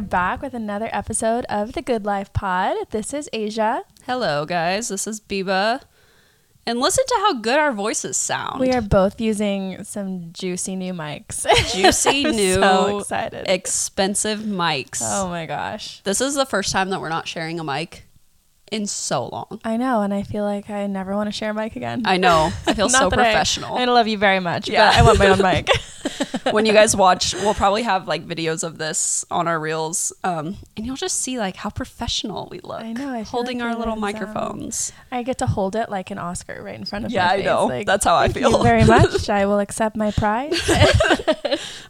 back with another episode of the Good Life Pod. This is Asia. Hello, guys. This is Biba. And listen to how good our voices sound. We are both using some juicy new mics. juicy, I'm new, so excited. expensive mics. oh my gosh. This is the first time that we're not sharing a mic in so long. I know, and I feel like I never want to share a mic again. I know. I feel Not so that I- professional. I, love you very much, Yeah. but I want my own mic. when you guys watch, we'll probably have like videos of this on our reels, um, and you'll just see like how professional we look. I know, I feel holding like our I little was, um, microphones. I get to hold it like an Oscar right in front of Yeah, my I face. know. Like, That's how I thank you feel. very much. I will accept my prize.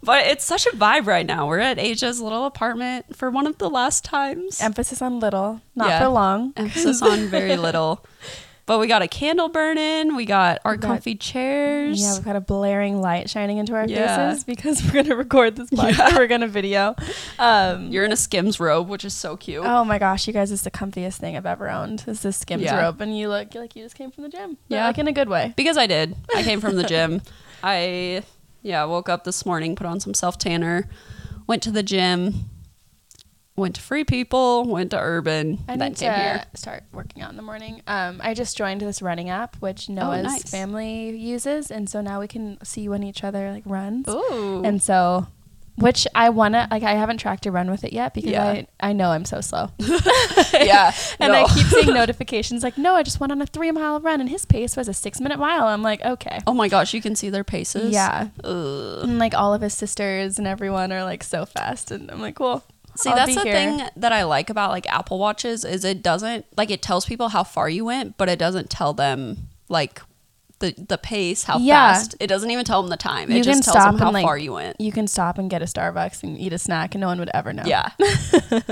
But it's such a vibe right now. We're at Asia's little apartment for one of the last times. Emphasis on little, not Yeah. for long. Emphasis on very little. But we got a candle burning. We got our We got- comfy chairs. Yeah, we've got a blaring light shining into our Yeah. faces because we're gonna record this podcast. We're gonna video. Um, You're in a Skims robe, which is so cute. oh my gosh, you guys, it's the comfiest thing I've ever owned. Is this Skims Yeah. robe, and you look like you just came from the gym. But, Yeah. like in a good way. Because I did. I came from the gym. I yeah, woke up this morning, put on some self tanner, went to the gym, went to Free People, went to Urban, I then need came to here. start working out in the morning. Um, I just joined this running app, which Noah's nice. family uses, and so now we can see when each other like runs. Ooh. And so, which I wanna like, I haven't tracked a run with it yet because Yeah. I I know I'm so slow. yeah. And no. I keep seeing notifications like, no, I just went on a three mile run and his pace was a six minute mile. I'm like, okay. Oh my gosh, you can see their paces. Yeah. Ugh. And like all of his sisters and everyone are like so fast. And I'm like, cool. See, I'll that's be the here. thing that I like about like Apple Watches is it doesn't like it tells people how far you went, but it doesn't tell them like the the pace, how Yeah. fast. It doesn't even tell them the time. It You can just tells stop them how and, like- far you went. You can stop and get a Starbucks and eat a snack and no one would ever know. Yeah.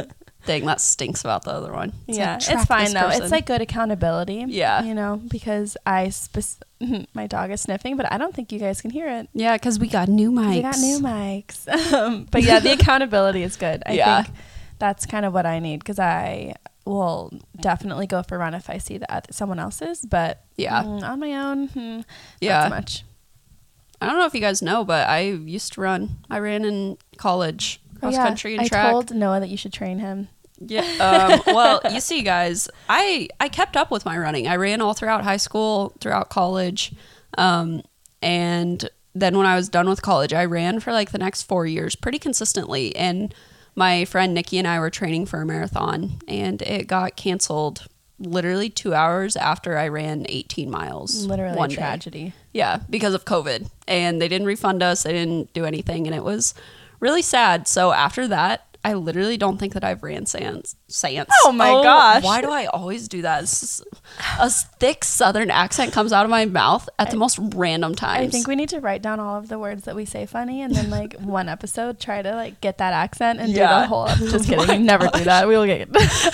Dang, that stinks about the other one. It's like, yeah, it's track fine this though. It's person. like good accountability. Yeah. You know, because I, spec- my dog is sniffing, but I don't think you guys can hear it. yeah, because we got new mics. We got new mics. Um, but yeah, the accountability is good. I Yeah. think that's kind of what I need because I will definitely go for a run if I see that someone else's, but Yeah. mm, on my own, mm, Yeah. not so much. I don't know if you guys know, but I used to run. I ran in college, But cross Oh, yeah, country and I track. told Noah that you should train him. Yeah. Um, well, you see, guys, I I kept up with my running. I ran all throughout high school, throughout college, um, and then when I was done with college, I ran for like the next four years pretty consistently. And my friend Nikki and I were training for a marathon, and it got canceled literally two hours after I ran 18 miles. Literally one a day. tragedy. Yeah, because of COVID. And they didn't refund us, they didn't do anything. And it was really sad. So after that, I literally don't think that I've ran sans. sans. Oh my gosh. Why do I always do that? It's just- a s- thick southern accent comes out of my mouth at the most random times. I think we need to write down all of the words that we say funny and then like one episode try to like get that accent and do Yeah. the whole just kidding. We never do that. We will get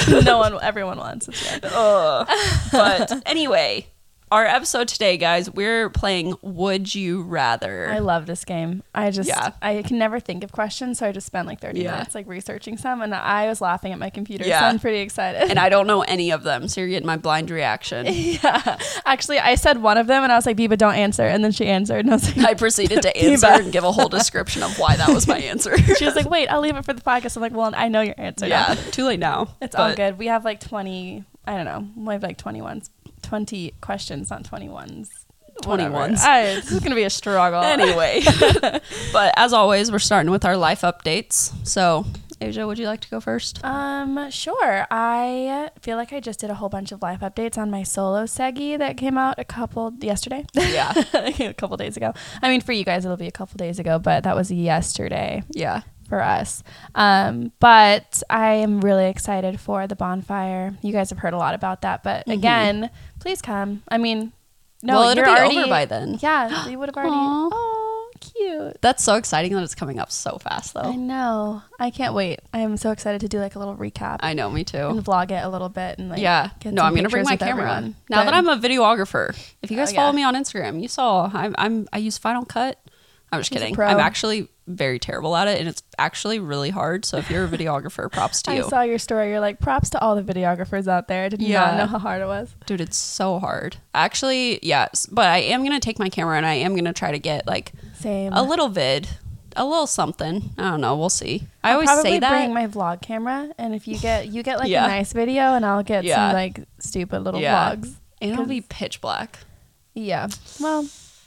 no one everyone wants it. Ugh. but anyway, our episode today, guys, we're playing Would You Rather. I love this game. I just Yeah. I can never think of questions, so I just spent like 30 Yeah. minutes like researching some and I was laughing at my computer, so Yeah. I'm pretty excited. and I don't know any of them, so you're getting my blind reaction. yeah. Actually, I said one of them and I was like, "Biba, don't answer." And then she answered and I was like, I proceeded to answer and give a whole description of why that was my answer. she was like, "Wait, I'll leave it for the podcast." I'm like, "Well, I know your answer." now." yeah, too late now. It's all But good. We have like 20, I don't know. We have like 21, 20 questions, not 21s. Whatever. 21s. I, this is going to be a struggle. Ah, Anyway, but as always, we're starting with our life updates. So, Asia, would you like to go first? Um, sure. I feel like I just did a whole bunch of life updates on my solo Seggy that came out a couple yesterday. Yeah, a couple days ago. I mean, for you guys, it'll be a couple days ago, but that was yesterday. yeah. for us. Um, but I am really excited for the bonfire. You guys have heard a lot about that, but again, please come. I mean, no, Mm-hmm. well, it'll you're be already, over by then. Yeah, we would have already. Aw. Oh, cute. That's so exciting that it's coming up so fast, I though. know. I can't wait. I am so excited to do like a little recap I know, me and too. vlog it a little bit and like Yeah. get No, some I'm gonna bring pictures my with camera. everyone. Now But that I'm a videographer, if you guys Oh, follow yeah. me on Instagram, you saw I'm, I'm I use Final Cut. I'm just He's a kidding. pro. I'm actually very terrible at it, and it's actually really hard. So if you're a videographer, props to I you. saw your story. You're like, props to all the videographers out there. I did not Yeah. know how hard it was. Dude, it's so hard. Actually, yes, but I am gonna take my camera and I am gonna try to get like Same. a little vid a little something. I don't know. We'll see. I I'll always probably say that. bring my vlog camera, and if you get you get like Yeah. a nice video, and I'll get Yeah. some like stupid little Yeah. vlogs. and it'll 'cause- be pitch black. Yeah. Well,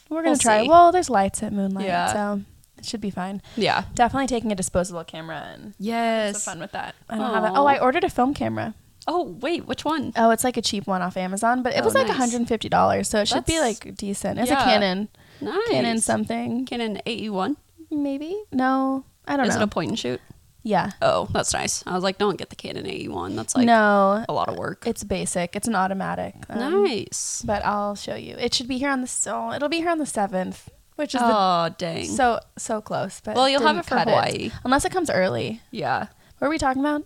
we're gonna We'll try. see. Well, there's lights at Moonlight, Yeah. so it should be fine. Yeah. Definitely taking a disposable camera and Yes. so fun with that. I don't have it. Aw. Oh, I ordered a film camera. Oh wait, which one? Oh, it's like a cheap one off Amazon, but it Oh, was like nice. $150, so it should be That's- like decent. It's Yeah. a Canon, Nice. Canon something, Canon AE one. maybe. No, I don't Is know. it a point and shoot? yeah. Oh, that's nice. I was like, don't get the Canon AE one. That's like no, a lot of work. it's basic. It's an automatic. um, nice. But I'll show you. It should be here on the so it'll be here on the seventh, which is the, Oh dang. so so close. But well, you'll have didn't it for cut Hawaii. unless it comes early. Yeah. What are we talking about?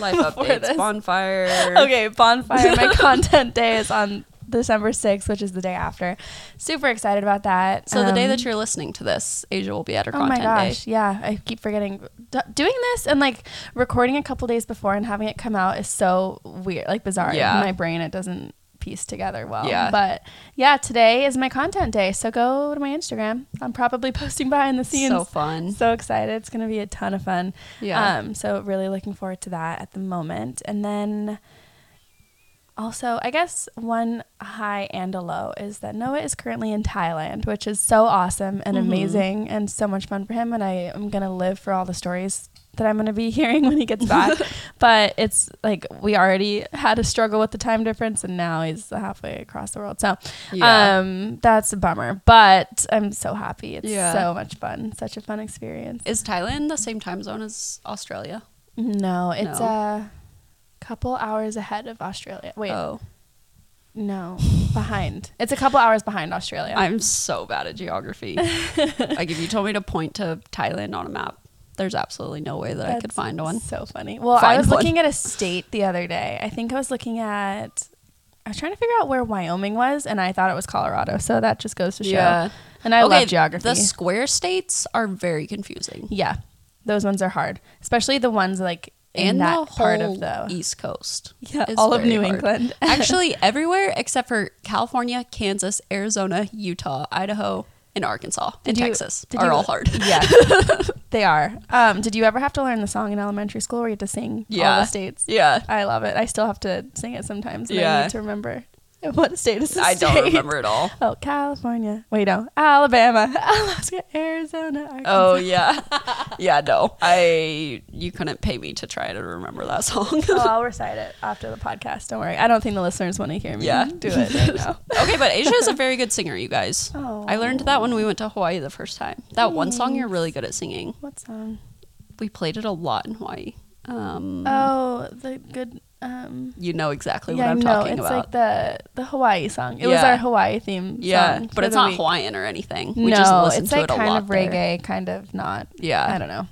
Life Before updates, this. bonfire. Okay, bonfire. My content day is on December sixth, which is the day after. Super excited about that. So the day Um, that you're listening to this, Asia will be at her Oh my content gosh, day. yeah, I keep forgetting. D- doing this and like recording a couple days before and having it come out is so weird, like bizarre. Yeah. In my brain, it doesn't piece together well. Yeah. But yeah, today is my content day. So go to my Instagram. I'm probably posting behind the scenes. So fun. So excited. It's going to be a ton of fun. Yeah. Um, so really looking forward to that at the moment. And then also, I guess one high and a low is that Noah is currently in Thailand, which is so awesome and Mm-hmm. amazing and so much fun for him. And I am going to live for all the stories that I'm going to be hearing when he gets back. but it's like we already had a struggle with the time difference and now he's halfway across the world. So Yeah. um, that's a bummer, but I'm so happy. It's Yeah. so much fun. Such a fun experience. Is Thailand the same time zone as Australia? No, it's No. a couple hours ahead of Australia. Wait, Oh, no, behind. It's a couple hours behind Australia. I'm so bad at geography. like if you told me to point to Thailand on a map, there's absolutely no way that I could That's find one. So funny. Well, I Find was one. looking at a state the other day. I think I was looking at. I was trying to figure out where Wyoming was, and I thought it was Colorado. So that just goes to show. Yeah. And I okay, love geography. The square states are very confusing. yeah, those ones are hard, especially the ones like in and that the whole e- part of the East Coast. yeah, is all of very New hard. England. Actually, everywhere except for California, Kansas, Arizona, Utah, Idaho, and Arkansas, and Did you- Texas did are you- all hard. Yeah, they are. Um, did you ever have to learn the song in elementary school where you had to sing all Yeah. the states? Yeah. I love it. I still have to sing it sometimes. And I Yeah. need to remember what state is. a I don't state. remember at all. Oh, California. Wait, no, Alabama, Alaska, Arizona. Arkansas. Oh yeah, yeah. No, I you couldn't pay me to try to remember that song. Oh, I'll recite it after the podcast. Don't worry. I don't think the listeners want to hear me Yeah. do it right now. okay, but Asia is a very good singer, you guys. Oh. I learned that when we went to Hawaii the first time. That one song you're really good at singing. What song? We played it a lot in Hawaii. Um, Oh, the good. Um, you know exactly yeah, what I I'm know. talking it's about. like the the Hawaii song. It was Yeah. our Hawaii theme. yeah, song for but it's the not week. Hawaiian or anything. No, We just listened it's to like it a kind lot of there. reggae, kind of not. Yeah, I don't know.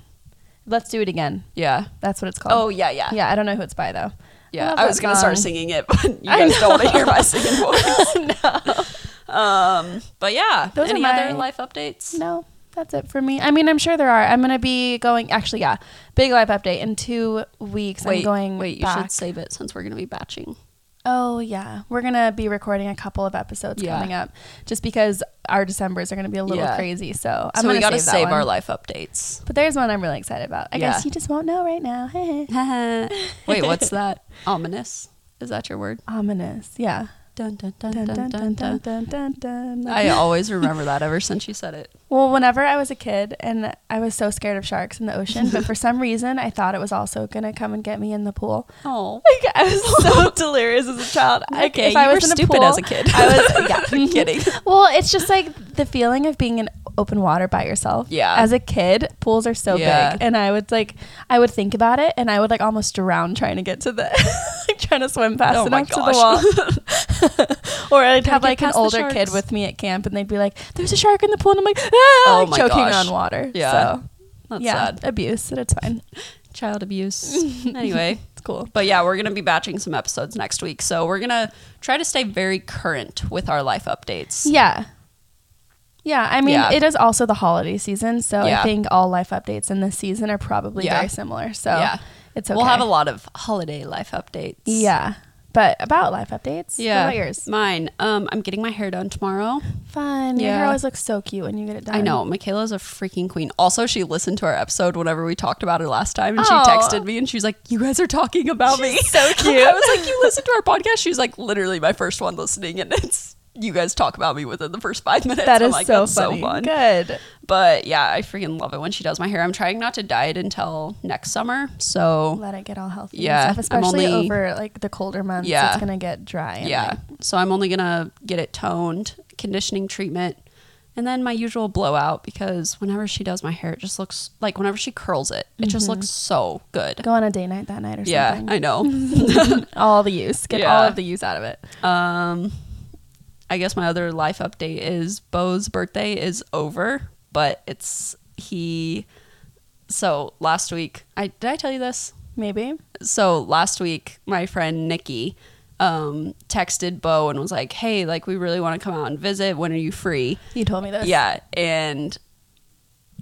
Let's do it again. yeah. That's what it's called. Oh yeah, yeah, yeah. yeah. I don't know who it's by though. love I, was that gonna start song. singing it, but you I guys don't want to hear my singing voice. no. Um, but yeah. Those are Any my- other life updates? No, that's it for me. I mean, I'm sure there are. I'm gonna be going. Actually, yeah, big life update in two weeks. I'm going. wait, you back. should save it since we're gonna be batching. Oh yeah, we're gonna be recording a couple of episodes Yeah. coming up, just because our December's are gonna be a little Yeah. crazy. So I'm so gonna we gotta save, save, that one. our life updates. But there's one I'm really excited about. I Yeah. guess you just won't know right now. wait, what's that? Ominous? Is that your word? Ominous. Yeah. Dun dun dun Dun, dun dun, dun, dun, dun, dun, dun. I always remember that ever since you said it. Well, whenever I was a kid and I was so scared of sharks in the ocean, but for some reason I thought it was also gonna come and get me in the pool. Oh. Like I was so delirious as a child. Like, Okay, if you I were was in stupid pool, as a kid. I was yeah, I'm kidding. Well, it's just like the feeling of being in open water by yourself. Yeah. As a kid, pools are so Yeah. big, and I would like I would think about it, and I would like almost drown trying to get to the like trying to swim past Oh my enough to gosh. the wall. or I'd Gotta have get like an past the older kid sharks. with me at camp, and they'd be like, "There's a shark in the pool," and I'm like, "Ah!" Oh like, my choking gosh. on water. Yeah. So, That's yeah, sad. abuse, but it's fine. Child abuse. anyway. It's cool. But yeah, we're going to be batching some episodes next week. So we're going to try to stay very current with our life updates. Yeah. Yeah, I mean, Yeah. it is also the holiday season, so I Yeah. think all life updates in this season are probably Yeah. very similar. So Yeah. it's okay. We'll have a lot of holiday life updates. Yeah, but about life updates. Yeah. What about yours? Mine. Um, I'm getting my hair done tomorrow. Fun. Your hair Yeah. always looks so cute when you get it done. I know. Michaela's a freaking queen. Also, she listened to our episode whenever we talked about her last time Aw. and she texted me and she's like, You guys are talking about me. so cute. I was like, You listened to our podcast? She's like, Literally my first one listening and it's you guys talk about me within the first five minutes. That I'm is like, so "That's funny. fun. Good. But yeah, I freaking love it when she does my hair. I'm trying not to dye it until next summer. So Let it get all healthy. Yeah, Yeah. I'm especially only- over like the colder months. Yeah. It's gonna get dry. and, yeah. like, So I'm only gonna get it toned, conditioning treatment, and then my usual blowout because whenever she does my hair, it just looks like whenever she curls it, it just looks so Mm-hmm. good. go on a day night that night or Yeah, something. I know. all the use. Get all Yeah. of the use out of it. um, I guess my other life update is Bo's birthday is over, but it's he. So last week, I did I tell you this? Maybe. so last week my friend nikki um, texted bo and was like hey like we really want to come out and visit when are you free You told me this. yeah and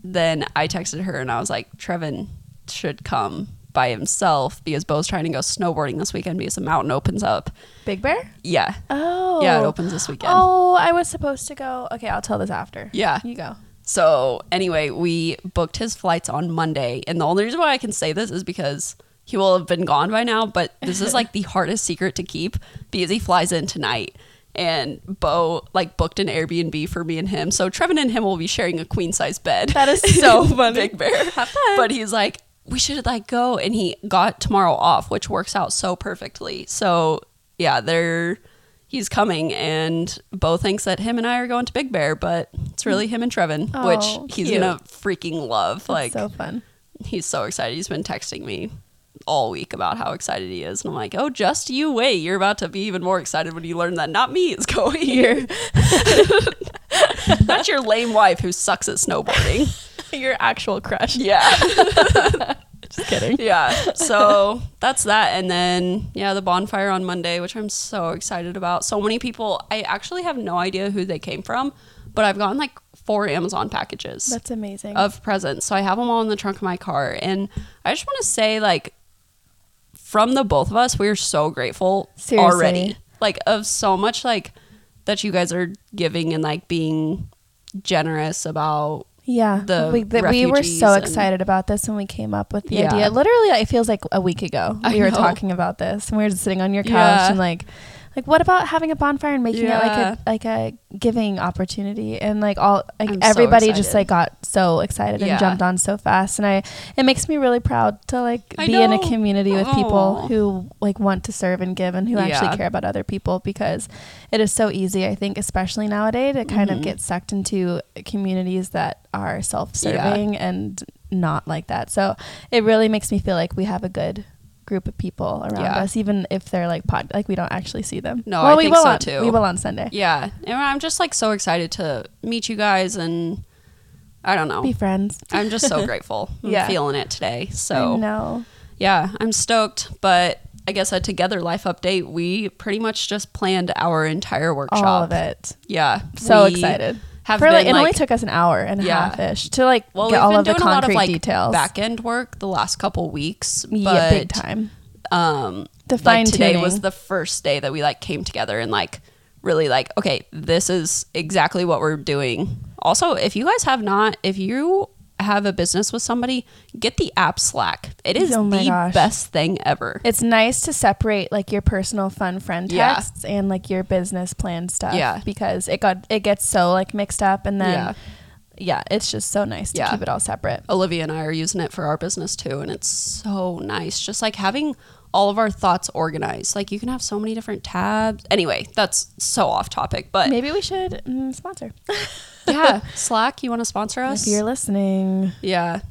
then i texted her and i was like trevin should come by himself because bo's trying to go snowboarding this weekend because the mountain opens up Big Bear? yeah Oh. yeah it opens this weekend Oh, I was supposed to go. Okay, I'll tell this after. yeah You go. So anyway, we booked his flights on Monday, and the only reason why I can say this is because he will have been gone by now. But this is like the hardest secret to keep because he flies in tonight, and Bo like booked an Airbnb for me and him. So Trevin and him will be sharing a queen size bed. That is so funny. Big Bear. But he's like, we should like go, and he got tomorrow off, which works out so perfectly. So yeah, they're. He's coming, and Bo thinks that him and I are going to Big Bear, but it's really him and Trevin Oh, which he's cute. gonna freaking love. Like so fun. he's so excited. He's been texting me all week about how excited he is, and I'm like, oh, just you wait. You're about to be even more excited when you learn that not me is going here, not your lame wife who sucks at snowboarding. Your actual crush. yeah, Just kidding. yeah. So that's that, and then yeah, the bonfire on Monday, which I'm so excited about. So many people. I actually have no idea who they came from, but I've gotten like four Amazon packages. That's amazing. of presents. So I have them all in the trunk of my car. And I just want to say, like, from the both of us, we're so grateful Seriously. already. Like, of so much, like, that you guys are giving and, like, being generous about. yeah. the we, that we were refugees so and- excited about this when we came up with the Yeah. idea. Literally, it feels like a week ago I we were know. talking about this and we were just sitting on your couch Yeah. and like, like what about having a bonfire and making Yeah. it like a like a giving opportunity and like all like I'm so everybody just excited. like got so excited Yeah. and jumped on so fast and I it makes me really proud to like I be in a know. community with people Aw. who like want to serve and give and who Yeah. actually care about other people because it is so easy I think especially nowadays to kind of Mhm. get sucked into communities that are self-serving and not like that. So it really makes me feel like we have a good group of people around Yeah. us even if they're like pod like we don't actually see them. No, well, I we think will so, on, too. We will on Sunday. Yeah. And I'm just, like, so excited to meet you guys. And I don't know. Be friends. I'm just so grateful. I'm Yeah. feeling it today. I So, know. yeah, I'm stoked. But I guess a Together Life update, we pretty much just planned our entire workshop. all of it. Yeah. So we excited. Have For, been, like, it only like- took us an hour and a Yeah. half ish to like well, get we've all been of the doing a lot concrete of like details. back end work the last couple weeks. But, yeah, big time. Um, The like today fine-tuning. was the first day that we like came together and like really like okay, this is exactly what we're doing. Also, if you guys have not, if you have a business with somebody, get the app Slack. It is Oh my the gosh. best thing ever. It's nice to separate like your personal fun friend Yeah. texts and like your business plan stuff. Yeah. Because it got it gets so like mixed up and then Yeah. yeah, it's just so nice to Yeah. keep it all separate. Olivia and I are using it for our business too, and it's so nice. Just like having all of our thoughts organized. Like you can have so many different tabs. Anyway, that's so off topic, but Maybe we should mm, sponsor. yeah, Slack, you want to sponsor If us? you're listening. Yeah.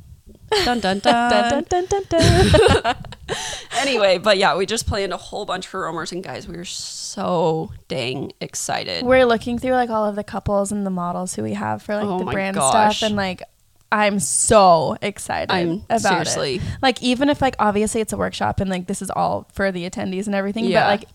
Dun dun dun. Dun, dun, dun, dun, dun. Anyway, but yeah, we just planned a whole bunch for rumors, and guys, we are so dang excited. We're looking through like all of the couples and the models who we have for like Oh the my brand gosh. stuff and like I'm so excited I'm about seriously. it. Like even if like obviously it's a workshop and like this is all for the attendees and everything, Yeah. but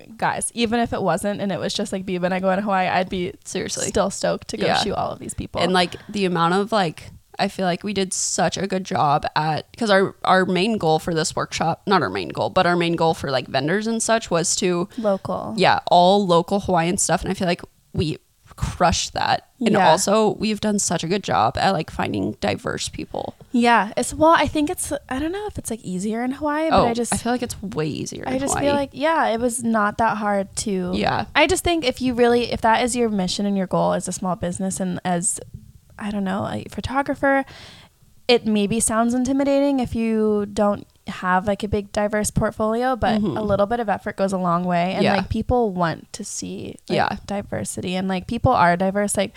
like guys, even if it wasn't and it was just like Bebe and I go in Hawaii, I'd be Seriously. still stoked to go Yeah. shoot all of these people. And like the amount of like I feel like we did such a good job at because our our main goal for this workshop, not our main goal, but our main goal for like vendors and such was to Local. yeah, all local Hawaiian stuff and I feel like we crushed that. And Yeah. also we've done such a good job at like finding diverse people. Yeah. It's well, I think it's I don't know if it's like easier in Hawaii, oh, but I just I feel like it's way easier. I in just Hawaii. feel like yeah, it was not that hard to Yeah. I just think if you really if that is your mission and your goal as a small business and as I don't know, a photographer, it maybe sounds intimidating if you don't have like a big diverse portfolio, but a little bit of effort goes a long way and Mm-hmm. Yeah. like people want to see like, Yeah. diversity and like people are diverse like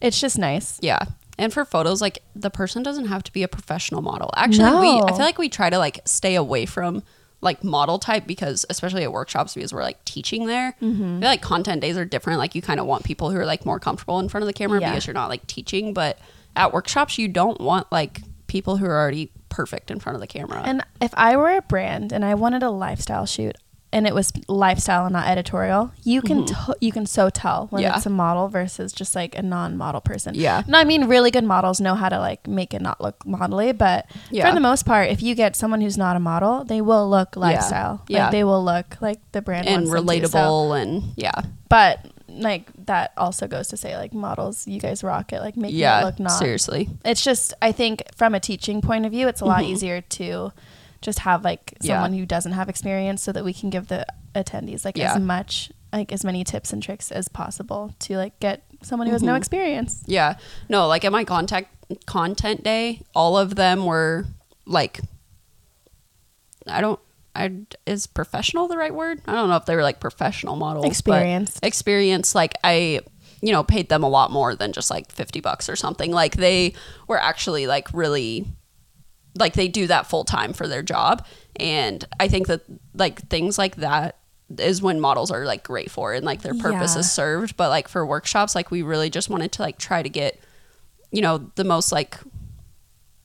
it's just nice. Yeah. And for photos, like the person doesn't have to be a professional model. Actually, we I No. feel like we try to like stay away from like model type because especially at workshops because we're like teaching there. Mm-hmm. I feel like content days are different. Like you kind of want people who are like more comfortable in front of the camera Yeah. because you're not like teaching. But at workshops, you don't want like people who are already perfect in front of the camera. And if I were a brand and I wanted a lifestyle shoot and it was lifestyle and not editorial, you can to- you can so tell when Mm-hmm. Yeah. it's a model versus just like a non-model person. Yeah. And I mean really good models know how to like make it not look modelly, but Yeah. for the most part, if you get someone who's not a model, they will look lifestyle. Yeah. Like they will look like the brand and wants them to, so- relatable and yeah. But like that also goes to say like models, you guys rock it, like making it Yeah. look not Seriously. it's just I think from a teaching point of view, it's a lot easier to just have like Mm-hmm. Yeah. someone who doesn't have experience so that we can give the attendees like Yeah. as much like as many tips and tricks as possible to like get someone who has Mm-hmm. no experience. Yeah. No, like at my contact content day, all of them were like I don't I is professional the right word? I don't know if they were like professional models. but Experienced. Experience like I you know, paid them a lot more than just like 50 bucks or something. Like they were actually like really like they do that full time for their job and i think that like things like that is when models are like great for it and like their purpose Yeah. is served but like for workshops like we really just wanted to like try to get you know the most like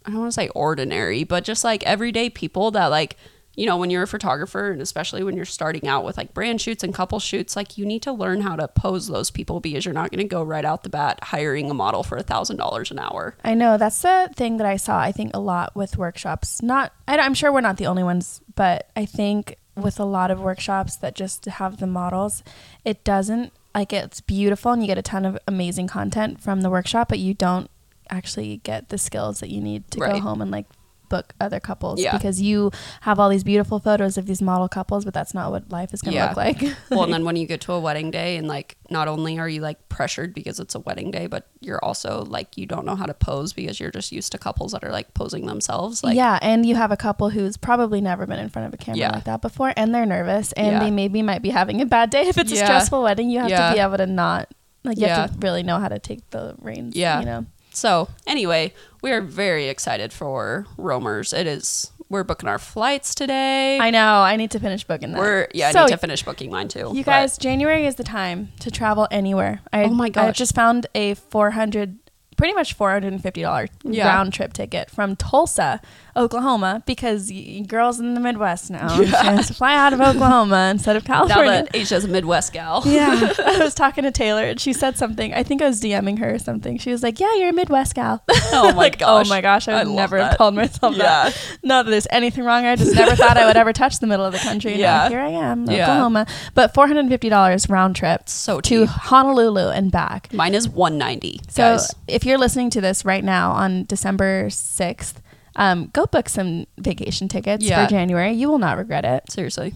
i don't want to say ordinary but just like everyday people that like you know when you're a photographer and especially when you're starting out with like brand shoots and couple shoots like you need to learn how to pose those people because you're not going to go right out the bat hiring a model for a thousand dollars an hour I know that's the thing that I saw I think a lot with workshops. Not I, am sure we're not the only ones, but I think with a lot of workshops that just have the models, it doesn't like it's beautiful and you get a ton of amazing content from the workshop, but you don't actually get the skills that you need to go Right. home and like book other couples Yeah. because you have all these beautiful photos of these model couples, but that's not what life is going to Yeah. look like. well, and then when you get to a wedding day, and like not only are you like pressured because it's a wedding day, but you're also like you don't know how to pose because you're just used to couples that are like posing themselves. Like, yeah, and you have a couple who's probably never been in front of a camera Yeah. like that before, and they're nervous, and Yeah. they maybe might be having a bad day. If it's Yeah. a stressful wedding, you have Yeah. to be able to not like you have to Yeah. really know how to take the reins. Yeah. you know. So anyway, we are very excited for Roamers. It is we're booking our flights today. I know. I need to finish booking that. we're yeah, So I need to finish booking mine too. you but- guys, January is the time to travel anywhere. I, Oh my I gosh. just found a four hundred, pretty much four hundred and fifty dollar Yeah. round trip ticket from Tulsa, Oklahoma, because y- y- girls in the Midwest now has to fly out of Oklahoma instead of now California. that Asia's a Midwest gal. Yeah. I was talking to Taylor and she said something. I think I was DMing her or something. She was like, Yeah, you're a Midwest gal. Oh my like, gosh. Oh my gosh, I I would love never that. have called myself Yeah. that. Not that there's anything wrong. I just never thought I would ever touch the middle of the country. and Yeah. Now here I am, Yeah. Oklahoma. But four hundred and fifty dollars round trip So to cheap. Honolulu and back. Mine is one ninety. So guys. if you're listening to this right now on December sixth, um, go book some vacation tickets Yeah. for January. You will not regret it. seriously.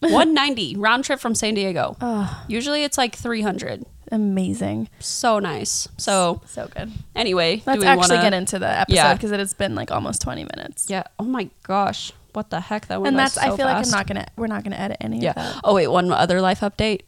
190 round trip from San Diego. Oh, Usually it's like 300. amazing. So nice. So so good. anyway, Let's do we actually wanna- get into the episode Yeah. because it has been like almost 20 minutes. Yeah. Oh my gosh. What the heck? That went and by that's I so feel like I'm fast. not gonna we're not gonna edit any of Yeah. that. Oh wait, one other life update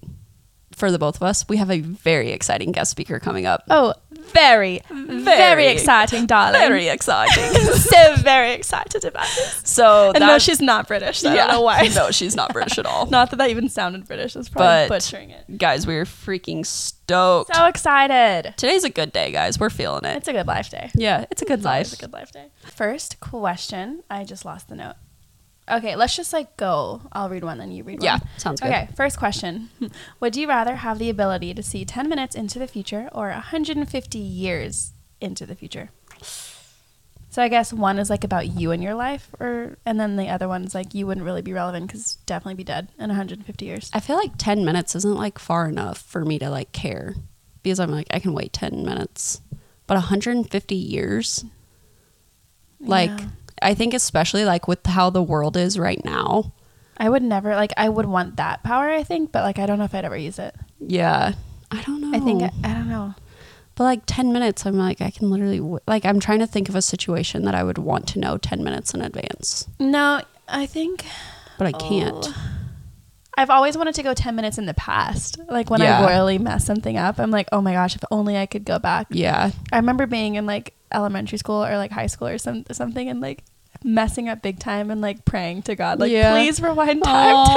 for the both of us. We have a very exciting guest speaker coming up. Oh, very, very, Very exciting, darling. Very exciting. so very excited about this. so And that, no, she's not British. So I don't know why. no, she's not British at all. Not that that even sounded British. It's probably But- butchering it. Guys, we are freaking stoked. So excited. Today's a good day, guys. We're feeling it. It's a good life day. yeah, it's a good It's life. a good life day. First question. I just lost the note. Okay, let's just like go. I'll read one, then you read Yeah, one. sounds good. Okay, first question. Would you rather have the ability to see 10 minutes into the future or 150 years into the future? So I guess one is like about you and your life, or and then the other one's like you wouldn't really be relevant because definitely be dead in 150 years. I feel like 10 minutes isn't like far enough for me to like care because I'm like, I can wait 10 minutes. But 150 years, like, Yeah. I think especially like with how the world is right now. I would never like I would want that power, I think, but like I don't know if I'd ever use it. Yeah. I don't know. I think I, I don't know. but like 10 minutes, I'm like, I can literally, w- like, I'm trying to think of a situation that I would want to know 10 minutes in advance, No, I think but I can't. Oh. I've always wanted to go 10 minutes in the past. Like when Yeah. I royally mess something up, I'm like, "Oh my gosh, if only I could go back." Yeah. I remember being in like elementary school or like high school or some something and like messing up big time and like praying to God like Yeah. please rewind time 10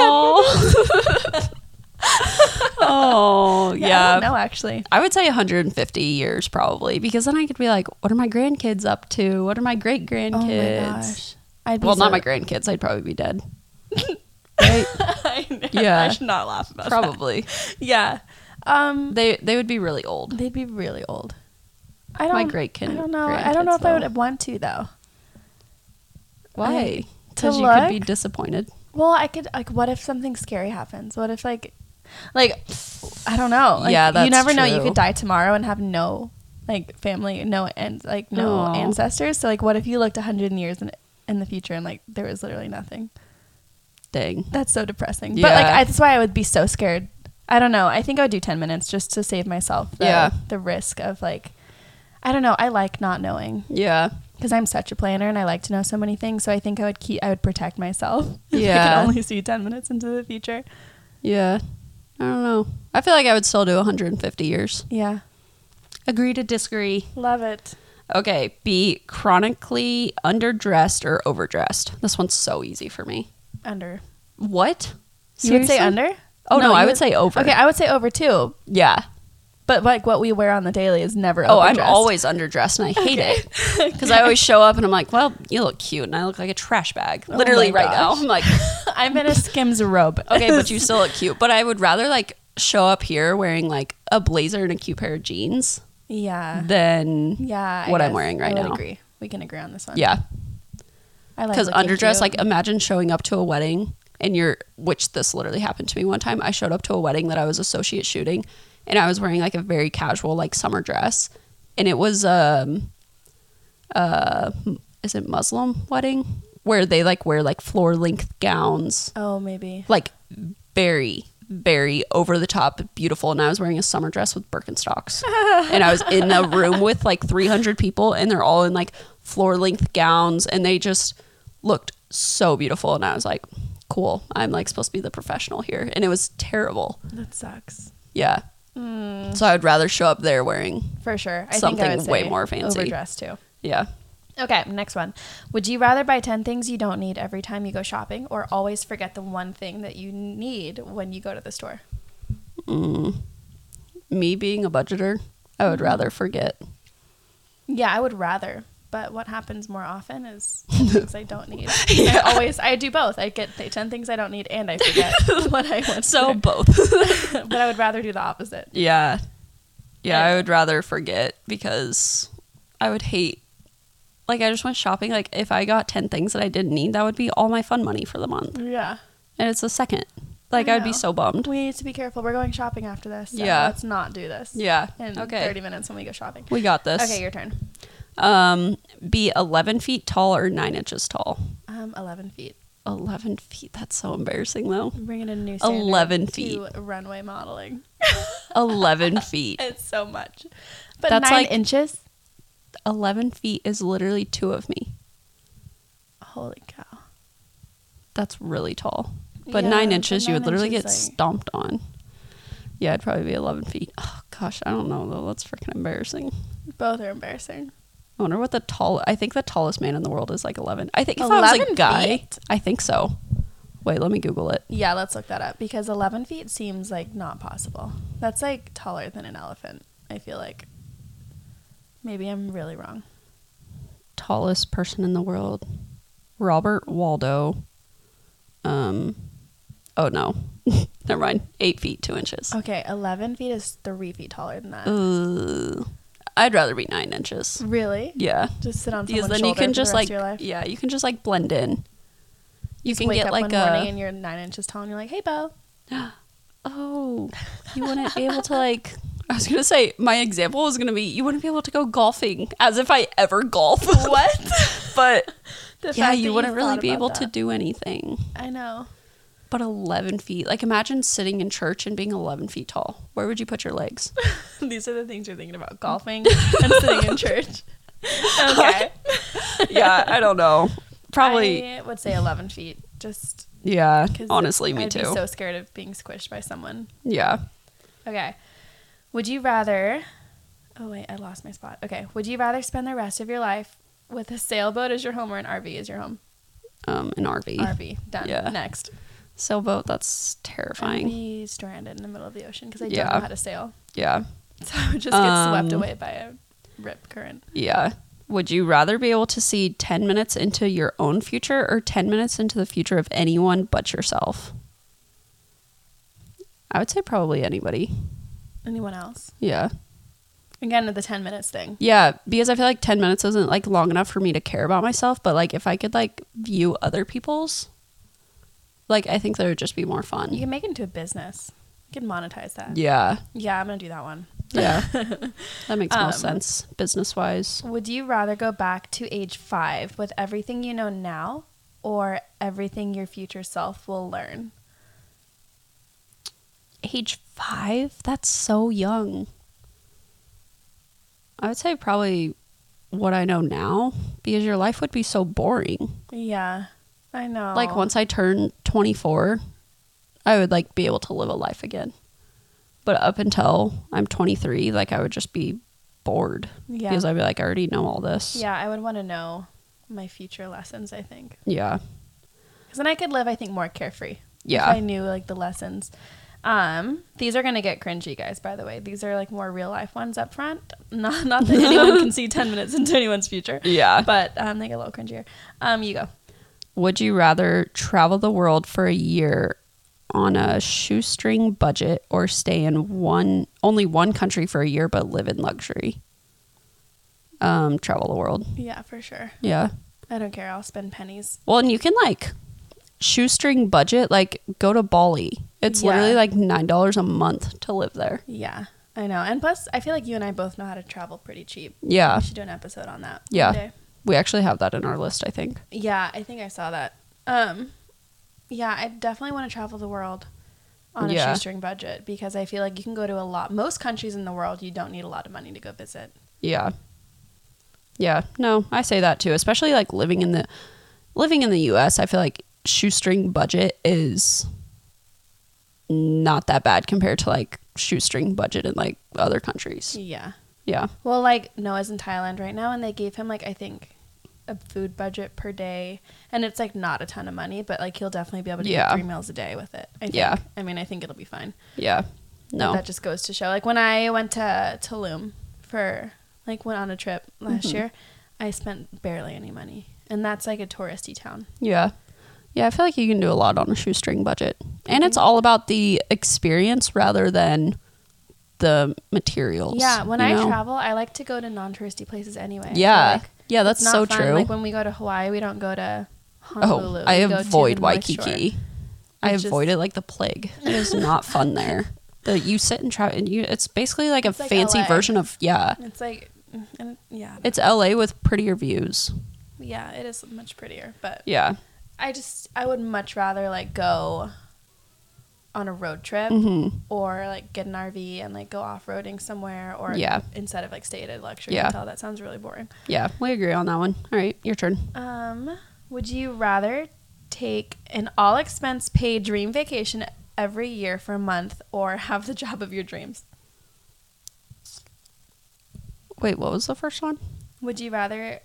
oh, yeah. Yeah, I don't know actually. I would say 150 years probably because then I could be like, what are my grandkids up to? What are my great Oh grandkids? I'd be Well, so- not my grandkids. I'd probably be dead. right? I know. Yeah. I should not laugh about Probably. that. Yeah. Um They they would be really old. they'd be really old. I don't My great kin- I don't know. I don't know grandkids, if I though. would want to though. Why? to Because you could be look? disappointed. Well, I could like what if something scary happens? What if like like I don't know. Like, Yeah, that's you never know. You true. could die tomorrow and have no like family, no and like no Aw. ancestors. So like what if you looked 100 years in in the future and like there was literally nothing? Dang. That's so depressing. But like Yeah. I, that's why I would be so scared. I don't know. I think I would do 10 minutes just to save myself the, Yeah. the risk of like I don't know. I like not knowing Yeah. because I'm such a planner and I like to know so many things. So I think I would keep I would protect myself. if I Yeah. could only see 10 minutes into the future. Yeah. I don't know. I feel like I would still do 150 years. Yeah. Agree to disagree. Love it. Okay. Be chronically underdressed or overdressed. This one's so easy for me. Under. What? You would say Seriously? under? Oh no, you I would say over. Okay, I would say over too. yeah. But like what we wear on the daily is never Oh, I'm overdressed. always underdressed and I hate it because I always show up and I'm like, well, you look cute and I look like a trash bag. Oh Literally my right now, gosh. I'm like, I'm in a Skims robe. okay, but you still look cute. But I would rather like show up here wearing like a blazer and a cute pair of jeans Yeah. than Yeah. I what I'm guess wearing I right would now. agree. We can agree on this one. yeah, I like because looking underdressed. cute. Like imagine showing up to a wedding and you're, which this literally happened to me one time. I showed up to a wedding that I was associate shooting, and I was wearing like a very casual like summer dress, and it was um, uh, is it Muslim wedding where they like wear like floor length gowns, Oh, maybe. like very very over the top beautiful and i was wearing a summer dress with birkenstocks and i was in a room with like 300 people and they're all in like floor length gowns and they just looked so beautiful and i was like cool i'm like supposed to be the professional here and it was terrible That sucks. yeah so i would rather show up there wearing For sure. I think I Something would way say more fancy. Overdressed too. yeah Okay, next one. Would you rather buy 10 things you don't need every time you go shopping or always forget the one thing that you need when you go to the store? mm. me being a budgeter i would rather forget Yeah, I would rather. But what happens more often is things I don't need. I always I do both. I get the ten things I don't need and I forget what I want. so both but I would rather do the opposite. Yeah. Yeah, Yeah. I would rather forget because I would hate like I just went shopping like if I got 10 things that I didn't need, that would be all my fun money for the month. Yeah. And it's a second. Like I I would be know. so bummed. We need to be careful. We're going shopping after this. so Yeah. Let's not do this. Yeah. In okay. thirty minutes when we go shopping. We got this. Okay, your turn. um be 11 feet tall or 9 inches tall. Um, eleven feet. 11 feet. That's so embarrassing though. I'm bringing a new standard 11 to feet. runway modeling. 11 feet. It's so much. But That's nine like- inches. 11 feet is literally two of me. Holy cow. That's really tall. But Yeah, nine but inches, you would nine literally get inches, like- stomped on. Yeah, it'd probably be 11 feet. Oh, gosh, I don't know, though. That's freaking embarrassing. Both are embarrassing. I wonder what the tall. I think the tallest man in the world is like 11. I think if I was 11 a guy, feet? I think so. Wait, let me Google it. Yeah, let's look that up because 11 feet seems like not possible. That's like taller than an elephant, I feel like. Maybe I'm really wrong. Tallest person in the world, Robert Waldo. Um, oh no, never mind. Eight feet two inches. Mm. Okay, 11 feet is three feet taller than that. Ugh. I'd rather be nine inches. Really? Yeah. Just sit on Because someone's then shoulder you can for just the rest like of your life. yeah, you can just like blend in. You Just can wake get up like one a morning and you're nine inches tall, and you're like, "Hey, Bo." oh, you wouldn't be able to like. I was gonna say my example was gonna be you wouldn't be able to go golfing as if I ever golf. What? but The yeah, fact that you wouldn't really thought be about able to that. do anything. I know. But eleven feet, like imagine sitting in church and being eleven feet tall. Where would you put your legs? These are the things you're thinking about: golfing and sitting in church. Okay. yeah, I don't know. Probably. I would say 11 feet. Just yeah. 'cause Honestly, me I'd too. Be so scared of being squished by someone. yeah. Okay. Would you rather? Oh wait, I lost my spot. Okay. Would you rather spend the rest of your life with a sailboat as your home or an RV as your home? Um, an RV. RV. Done. Yeah. Next. Sailboat. That's terrifying. I'd be stranded in the middle of the ocean because I don't Yeah. know how to sail, Yeah. so I would just get swept Um, away by a rip current. Yeah. Would you rather be able to see 10 minutes into your own future or 10 minutes into the future of anyone but yourself? I would say probably anybody. Anyone else? Yeah. Again, the ten minutes thing. Yeah, because I feel like 10 minutes isn't like long enough for me to care about myself, but like if I could like view other people's like I think that would just be more You fun. can make it into a business. You can monetize that. Yeah. yeah I'm gonna do that one. Yeah. that makes Um, more sense business-wise. Would you rather go back to age five with everything you know now or everything your future self will learn? age five? That's so young. I would say probably what I know now because your life would be so boring. Yeah, I know. Like once I turn 24, I would like be able to live a life again. But up until I'm 23, like I would just be bored Yeah. because I'd be like, I already know all this. yeah, I would want to know my future lessons, I think. Yeah. Because then I could live, I think, more carefree. Yeah. If I knew like the lessons. Um, these are gonna get cringy, guys. By the way, these are like more real life ones up front. Not not that anyone can see ten minutes into anyone's future. Yeah. But um, they get a little cringier. Um, you go. Would you rather travel the world for a year on a shoestring budget or stay in one only one country for a year but live in luxury? Um, travel the world. Yeah, for sure. Yeah. I don't care. I'll spend pennies. Well, and you can like shoestring budget, like go to Bali. It's Yeah. literally like nine dollars a month to live there. Yeah, I know. And plus, I feel like you and I both know how to travel pretty cheap. Yeah. We should do an episode on that. one Yeah. day. We actually have that in our list, I think. Yeah, I think I saw that. Um, yeah, I definitely want to travel the world on a Yeah. shoestring budget because I feel like you can go to a lot. Most countries in the world, you don't need a lot of money to go visit. Yeah. Yeah. No, I say that too, especially like living in the living in the US, I feel like shoestring budget is not that bad compared to like shoestring budget in like other countries. Yeah. Yeah. Well, like Noah's in Thailand right now, and they gave him like I think a food budget per day, and it's like not a ton of money, but like he'll definitely be able to Yeah. eat three meals a day with it. I think. Yeah. I mean, I think it'll be fine. Yeah. But No. that just goes to show. Like when I went to Tulum for like went on a trip last Mm-hmm. year, I spent barely any money, and that's like a touristy town. Yeah. Yeah, I feel like you can do a lot on a shoestring budget. And it's all about the experience rather than the materials. Yeah, when you I know? travel, I like to go to non-touristy places anyway. I feel Yeah. like yeah, that's it's not so fun. true. Like when we go to Hawaii, we don't go to Honolulu. Oh, I We go to the avoid North Shore. Waikiki. I It's just- avoid it like the plague. It is not fun there. The you sit and travel. And you, it's basically like It's a like fancy LA. version of yeah. It's like, mm, and yeah, It's LA with prettier views. yeah, it is much prettier. But Yeah, I just, I would much rather like go on a road trip Mm-hmm. or like get an RV and like go off roading somewhere or Yeah. instead of like stay at a luxury Yeah. hotel. That sounds really boring. yeah, we agree on that one. All right, your turn. Um, would you rather take an all expense paid dream vacation every year for a month or have the job of your dreams? Wait, what was the first one? Would you rather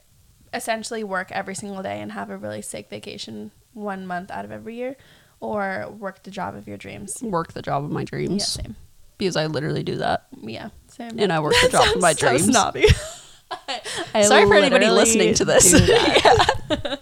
essentially work every single day and have a really sick vacation one month out of every year or work the job of your dreams? Work the job of my Yeah, dreams same. because I literally do that, Yeah, same. and I work the job of my so dreams. snobby. I Sorry for anybody literally listening to this. do that. But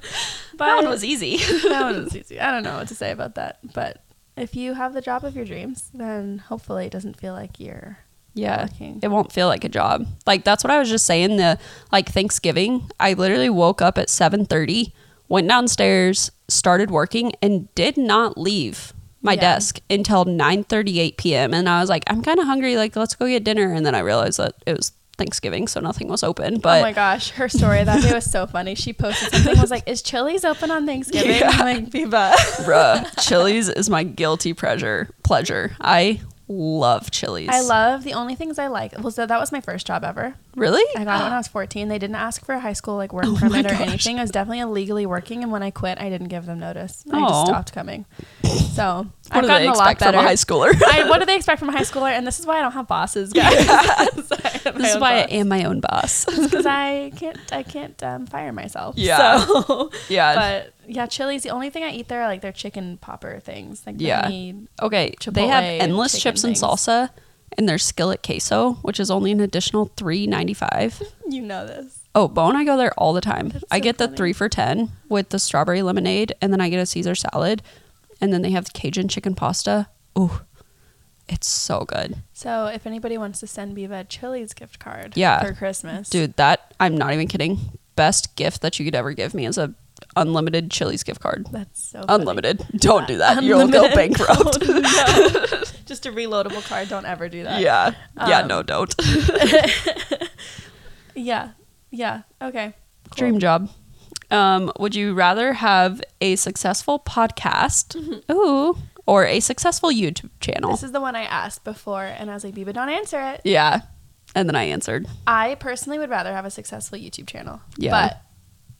That one was easy. that one was easy. I don't know what to say about that. But if you have the job of your dreams, then hopefully it doesn't feel like you're Yeah. working. It won't feel like a job. Like that's what I was just saying the like Thanksgiving, I literally woke up at 7:30, went downstairs, started working and did not leave my Yeah. desk until 9:38 p.m. and I was like, I'm kind of hungry, like let's go get dinner and then I realized that it was Thanksgiving, so nothing was open, oh but my gosh, her story that day was so funny. She posted something was like, "Is Chili's open on Thanksgiving?" I'm like, "Viva!" bruh, Chili's is my guilty pleasure. Pleasure. I love Chili's. I love the only things I like. Well, so that was my first job ever. Really? I got it when I was 14. They didn't ask for a high school like work Oh permit or anything. I was definitely illegally working, and when I quit, I didn't give them notice. I Aw. just stopped coming. So what I've do they gotten a lot expect from better. a high schooler? I, what do they expect from a high schooler? And this is why I don't have bosses, guys. this is why I am my own boss. because I can't I can't um, fire myself. Yeah. So, yeah. but yeah, Chili's. The only thing I eat there are like their chicken popper things. Like Yeah. yeah. Need, Okay, they have Chipotle endless chicken chips things. and salsa, and their skillet queso, which is only an additional three ninety five. you know this. Oh, Bo and I go there all the time. I so get the funny. three for ten with the strawberry lemonade, and then I get a Caesar salad, and then they have the Cajun chicken pasta. Ooh, it's so good, So if anybody wants to send Biba a Chili's gift card, Yeah. for Christmas, dude. That I'm not even kidding. Best gift that you could ever give me is a unlimited Chili's gift card. that's so funny. Unlimited. Don't do that. You'll go Unlimited. bankrupt. No. Just a reloadable card. Don't ever do that. yeah. Yeah. Um, no. Don't. yeah, yeah. Okay. Cool. dream job. Um, would you rather have a successful podcast, ooh, or a successful YouTube channel? This is the one I asked before, and I was like, Biba, don't answer it. yeah, and then I answered. I personally would rather have a successful YouTube channel. Yeah. But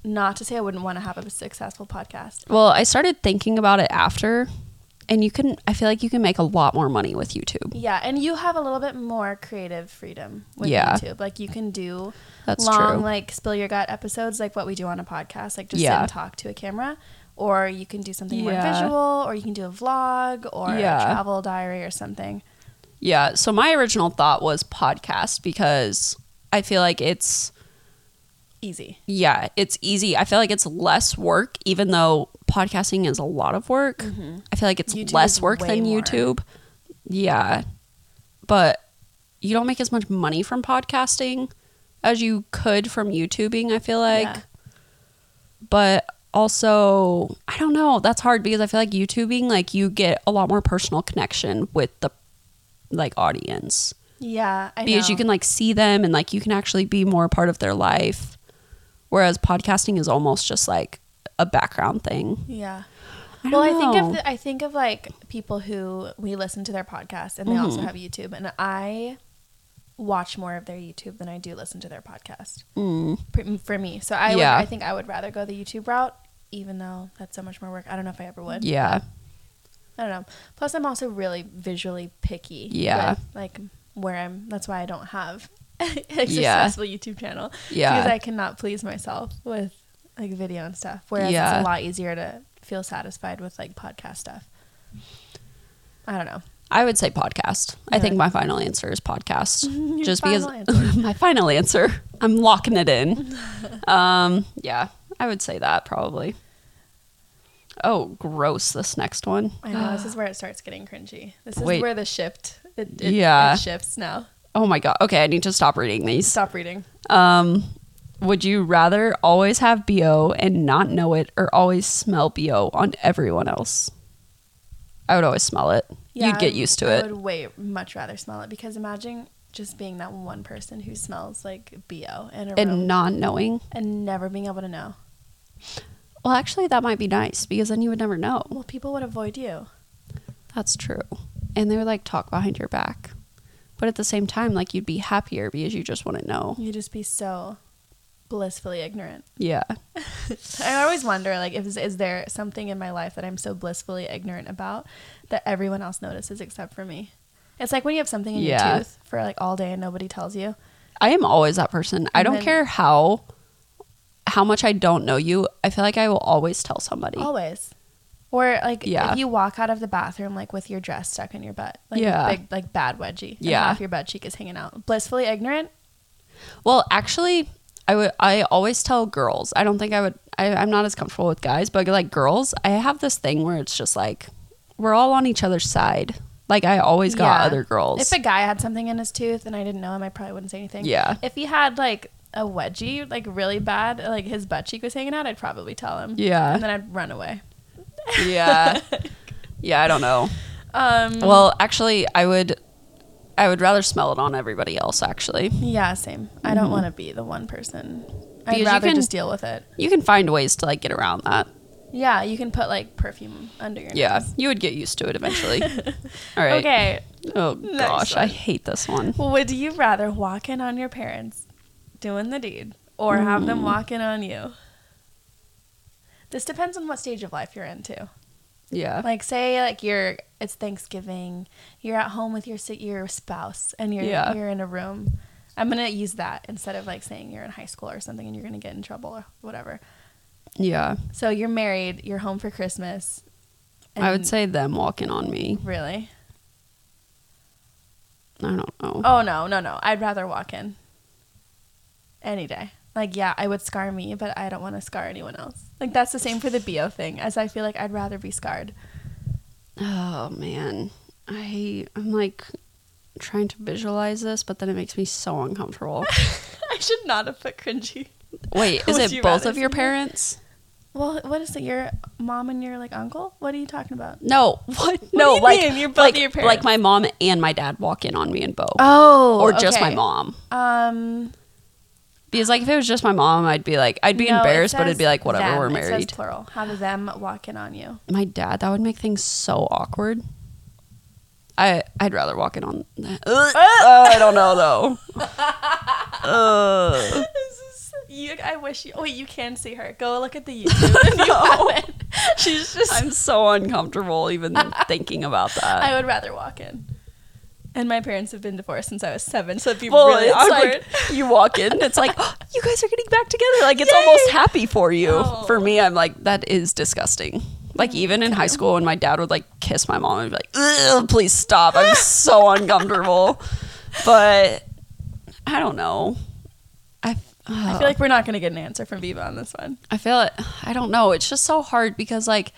not to say I wouldn't want to have a successful podcast. Well, I started thinking about it after, and you can. I feel like you can make a lot more money with YouTube. Yeah, and you have a little bit more creative freedom with Yeah. YouTube. Like you can do That's long true. like spill your gut episodes like what we do on a podcast, like just Yeah. sit and talk to a camera. Or you can do something more Yeah. visual, or you can do a vlog or Yeah. a travel diary or something. Yeah. So my original thought was podcast because I feel like it's Easy. yeah, it's easy. I feel like it's less work, even though podcasting is a lot of work. I feel like it's Mm-hmm. YouTube less is work way than more. YouTube. Yeah. But you don't make as much money from podcasting as you could from YouTubing, I feel like. Yeah. But also, I don't know. That's hard because I feel like YouTubing, like, you get a lot more personal connection with the like audience Yeah. I because you know. can like see them and like you can actually be more a part of their life whereas podcasting is almost just like a background thing Yeah. I well, don't I think know. of the, I think of like people who we listen to their podcast and they also Mm-hmm. have YouTube, and I watch more of their YouTube than I do listen to their podcast. Mm. For, for me, so I Yeah. would, I think I would rather go the YouTube route, even though that's so much more work. I don't know if I ever would. yeah I don't know. Plus, I'm also really visually picky. Yeah. with, like where I'm. That's why I don't have a successful YouTube channel. Yeah. Because I cannot please myself with like video and stuff. Whereas Yeah. it's a lot easier to feel satisfied with like podcast stuff. I don't know. i would say podcast i Yeah. think my final answer is podcast Your just final because answer. my final answer i'm locking it in um yeah i would say that probably oh gross this next one I know this is where it starts getting cringy. This is Wait. where the shift. It, it, Yeah. it shifts now. oh my god okay i need to stop reading these Stop reading. Um, would you rather always have BO and not know it or always smell BO on everyone else? I would always smell it. You'd I- get used to I it. would way much rather smell it because imagine just being that one person who smells like bo in a room. and not knowing. and never being able to know. Well, actually, that might be nice because then you would never know. Well, people would avoid you. That's true. And they would like talk behind your back. But at the same time, like you'd be happier because you just wouldn't know. You'd just be so blissfully ignorant. Yeah. I always wonder, like, if is there something in my life that I'm so blissfully ignorant about that everyone else notices except for me? It's like when you have something in Yeah. your tooth for like all day and nobody tells you. I am always that person. I And don't then- care how how much I don't know you. I feel like I will always tell somebody. Always. Or like Yeah. if you walk out of the bathroom like with your dress stuck in your butt, like Yeah. big like bad wedgie, Yeah. and half your butt cheek is hanging out. Blissfully ignorant, Well, actually, I would. I always tell girls. I don't think I would. I, I'm not as comfortable with guys, but like girls, I have this thing where it's just like we're all on each other's side. Like I always got Yeah. other girls. If a guy had something in his tooth and I didn't know him, I probably wouldn't say anything. Yeah. If he had like a wedgie, like really bad, like his butt cheek was hanging out, I'd probably tell him. Yeah. And then I'd run away. yeah. Yeah, I don't know. Um. Well, actually, I would I would rather smell it on everybody else actually. Yeah. Same. I don't want to be the one person. mm. Because you I'd rather can- just deal with it. You can find ways to like get around that. Yeah. You can put like perfume under your. Yeah, nose. you would get used to it eventually. All right. Okay. Oh Next gosh, I one. hate this one. Would you rather walk in on your parents doing the deed or have Mm. them walk in on you? This depends on what stage of life you're in too. Yeah. Like say like you're it's Thanksgiving, you're at home with your si- your spouse and you're Yeah. you're in a room. I'm going to use that instead of like saying you're in high school or something and you're going to get in trouble or whatever. yeah. So you're married, you're home for Christmas. I would and- say them walking on me. really. I don't know. Oh no, no, no. I'd rather walk in. Any day. Like yeah, I would scar me, but I don't want to scar anyone else. Like that's the same for the BO thing, as I feel like I'd rather be scarred. Oh man, I I'm like trying to visualize this, but then it makes me so uncomfortable. I should not have put cringy. Wait, is Would it you both rather of your say that? parents? Well, what is it? Your mom and your like uncle? What are you talking about? No, what? do no, you like mean? You're both like of your like parents. my mom and my dad walk in on me and Bo, Oh, or just my mom. Um, Because like if it was just my mom, I'd be like I'd be no, it embarrassed, but says it'd be like whatever, them. we're It says married. plural. Have them walk in on you. My dad, that would make things so awkward. I I'd rather walk in on. Ugh. oh, I don't know though. Ugh. This is, you, I wish you. Wait, you can see her. Go look at the YouTube. if you haven't. She's just. I'm so uncomfortable even thinking about that. I would rather walk in. And my parents have been divorced since I was seven, so it'd be well, really it's awkward. like you walk in, it's like "Oh, you guys are getting back together. Like it's Yay! almost happy for you. Oh. For me, I'm like that is disgusting. Mm, Like even in high school, when my dad would like kiss my mom and be like, Ugh, "Please stop! I'm so uncomfortable." But I don't know. I I ugh. feel like we're not going to get an answer from Viva on this one. I feel it. I don't know. It's just so hard because like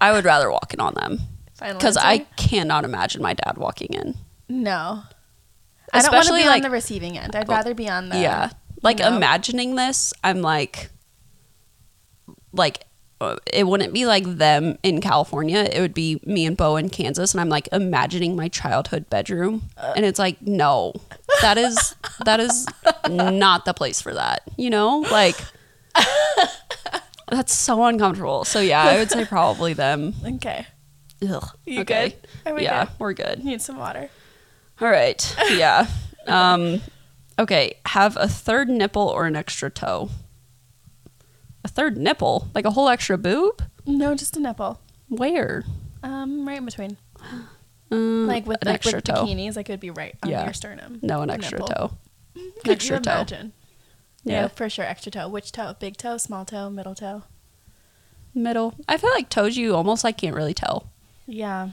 I would rather walk in on them Final because I answer? cannot imagine my dad walking in. no, I don't want to Especially, be like- on the receiving end. I'd rather be on the yeah, like no. imagining this, I'm like, like uh, it wouldn't be like them in California. It would be me and Bo in Kansas, and I'm like imagining my childhood bedroom, Uh. and it's like no, that is that is not the place for that. You know, like. That's so uncomfortable. So yeah, I would say probably them. Okay, Ugh. You good? Are we yeah, good? we're good. need some water. All right. Yeah. Um, okay. Have a third nipple or an extra toe. A third nipple, like a whole extra boob. No, just a nipple. Where? Um, right in between, Um, like with an like extra with toe. bikinis, like it would be right on Yeah. your sternum. No, an The extra nipple. toe. Could extra you toe. imagine? Yeah. Yeah. for sure, extra toe. Which toe? Big toe, small toe, middle toe. Middle. I feel like toes. You almost like can't really tell. Yeah.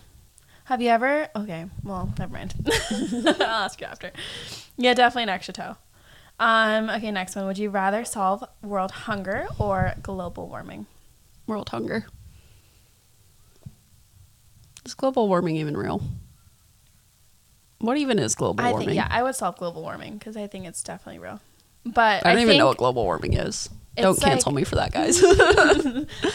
Have you ever? Okay. Well, never mind. I'll ask you after. Yeah, definitely an extra toe. Um. Okay. Next one. Would you rather solve world hunger or global warming? World hunger. Is global warming even real? What even is global I warming? think. Yeah, I would solve global warming because I think it's definitely real. But I don't even know think- what global warming is. Don't it's like- cancel me for that, guys.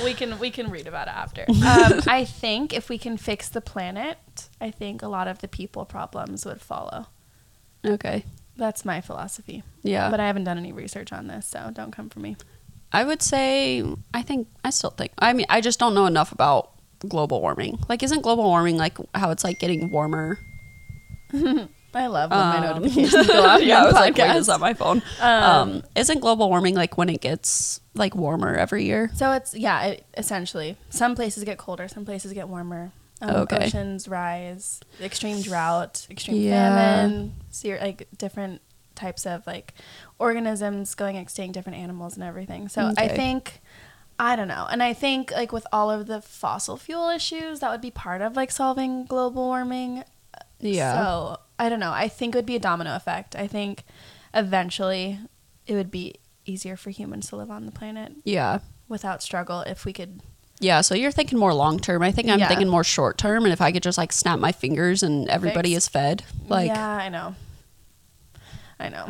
we can we can read about it after. Um, I think if we can fix the planet, I think a lot of the people problems would follow. okay. That's my philosophy. Yeah. But I haven't done any research on this, so don't come for me. I would say I think I still think I mean I just don't know enough about global warming. Like isn't global warming like how it's like getting warmer? I love when my Um, notifications go off. yeah, I on was like, wait, podcasts. is that my phone? Um, isn't global warming like when it gets like warmer every year? So it's yeah, it, essentially. Some places get colder, some places get warmer. Um, Oh, Okay. Oceans rise, extreme drought, extreme Yeah. famine, ser- like different types of like organisms going extinct, different animals and everything. So I Okay. think I don't know, and I think like with all of the fossil fuel issues, that would be part of like solving global warming. Yeah. So I don't know. I think it would be a domino effect. I think eventually it would be easier for humans to live on the planet Yeah. without struggle if we could Yeah, so you're thinking more long term. I think I'm Yeah. thinking more short term. And if I could just like snap my fingers and everybody Fix. is fed, like yeah, I know. I know.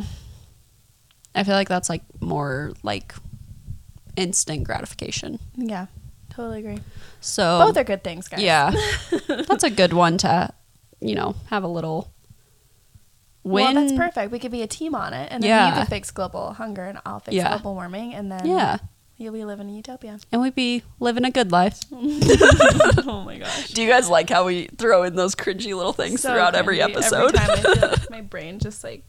I feel like that's like more like instant gratification. Yeah, totally agree. So Both are good things, guys. Oh. yeah, that's a good one to you know have a little well, win. that's perfect. We could be a team on it, and then you Yeah. could fix global hunger, and I'll fix Yeah. global warming, and then Yeah, you'll be living in utopia. and we'd be living a good life. oh my gosh. Do you guys like how we throw in those cringy little things So throughout every cringy. episode? Every time I feel like my brain just like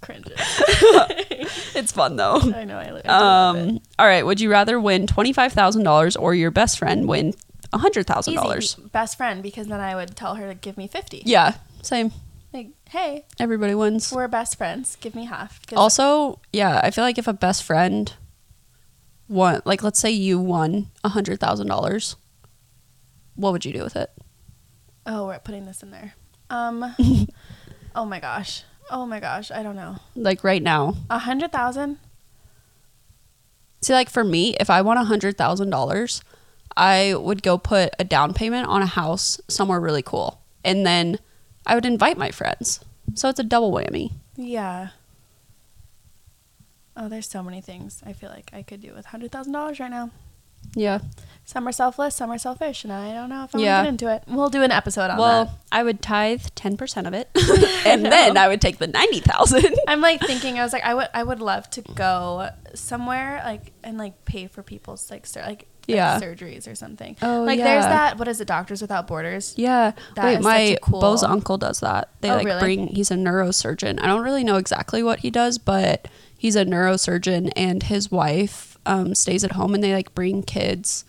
cringes. it's fun though. I know I, li- I do love it. Um, all right. Would you rather win twenty five thousand dollars or your best friend win hundred thousand dollars? Easy, best friend because then I would tell her to give me fifty. Yeah, same. Like, hey, Everybody wins. we're best friends. Give me half. 'Cause Also, yeah, I feel like if a best friend won, like let's say you won a hundred thousand dollars, what would you do with it? Oh, we're putting this in there. Um. oh my gosh. Oh my gosh. I don't know. Like right now, A hundred thousand. see, like for me, if I won a hundred thousand dollars, I would go put a down payment on a house somewhere really cool, and then I would invite my friends. So it's a double whammy. Yeah. Oh, there's so many things I feel like I could do with hundred thousand dollars right now. Yeah. Some are selfless, some are selfish, and I don't know if I Yeah. want to get into it. We'll do an episode on Well, that. I would tithe ten percent of it, and then I would take the ninety thousand. I'm like thinking I was like I would I would love to go somewhere like and like pay for people's like sur- like, like, Yeah. surgeries or something. Oh, like there's yeah. that what is it Doctors Without Borders? Yeah. That Wait, is my such a cool- Bo's uncle does that. They Oh, like really? bring he's a neurosurgeon. I don't really know exactly what he does, but he's a neurosurgeon and his wife um, stays at home and they like bring kids.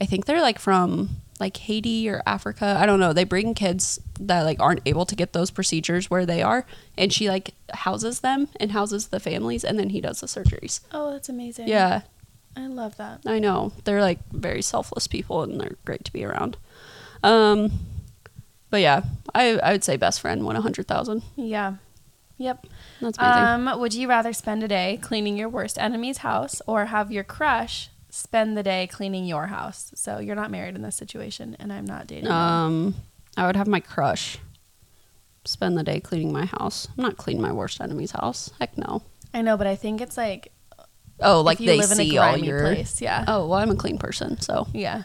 I think they're like from like Haiti or Africa. I don't know. They bring kids that like aren't able to get those procedures where they are and she like houses them and houses the families and then he does the surgeries. Oh, that's amazing. Yeah. I love that. I know. They're like very selfless people and they're great to be around. Um but yeah, I I would say best friend won a hundred thousand. Yeah. Yep. That's amazing. Um, would you rather spend a day cleaning your worst enemy's house or have your crush spend the day cleaning your house? So you're not married in this situation and I'm not dating. Um, him. I would have my crush spend the day cleaning my house. I'm not cleaning my worst enemy's house. Heck no. I know, but I think it's like Oh, like if you they live in a see all grimy your place. Yeah. Oh, well I'm a clean person, so Yeah.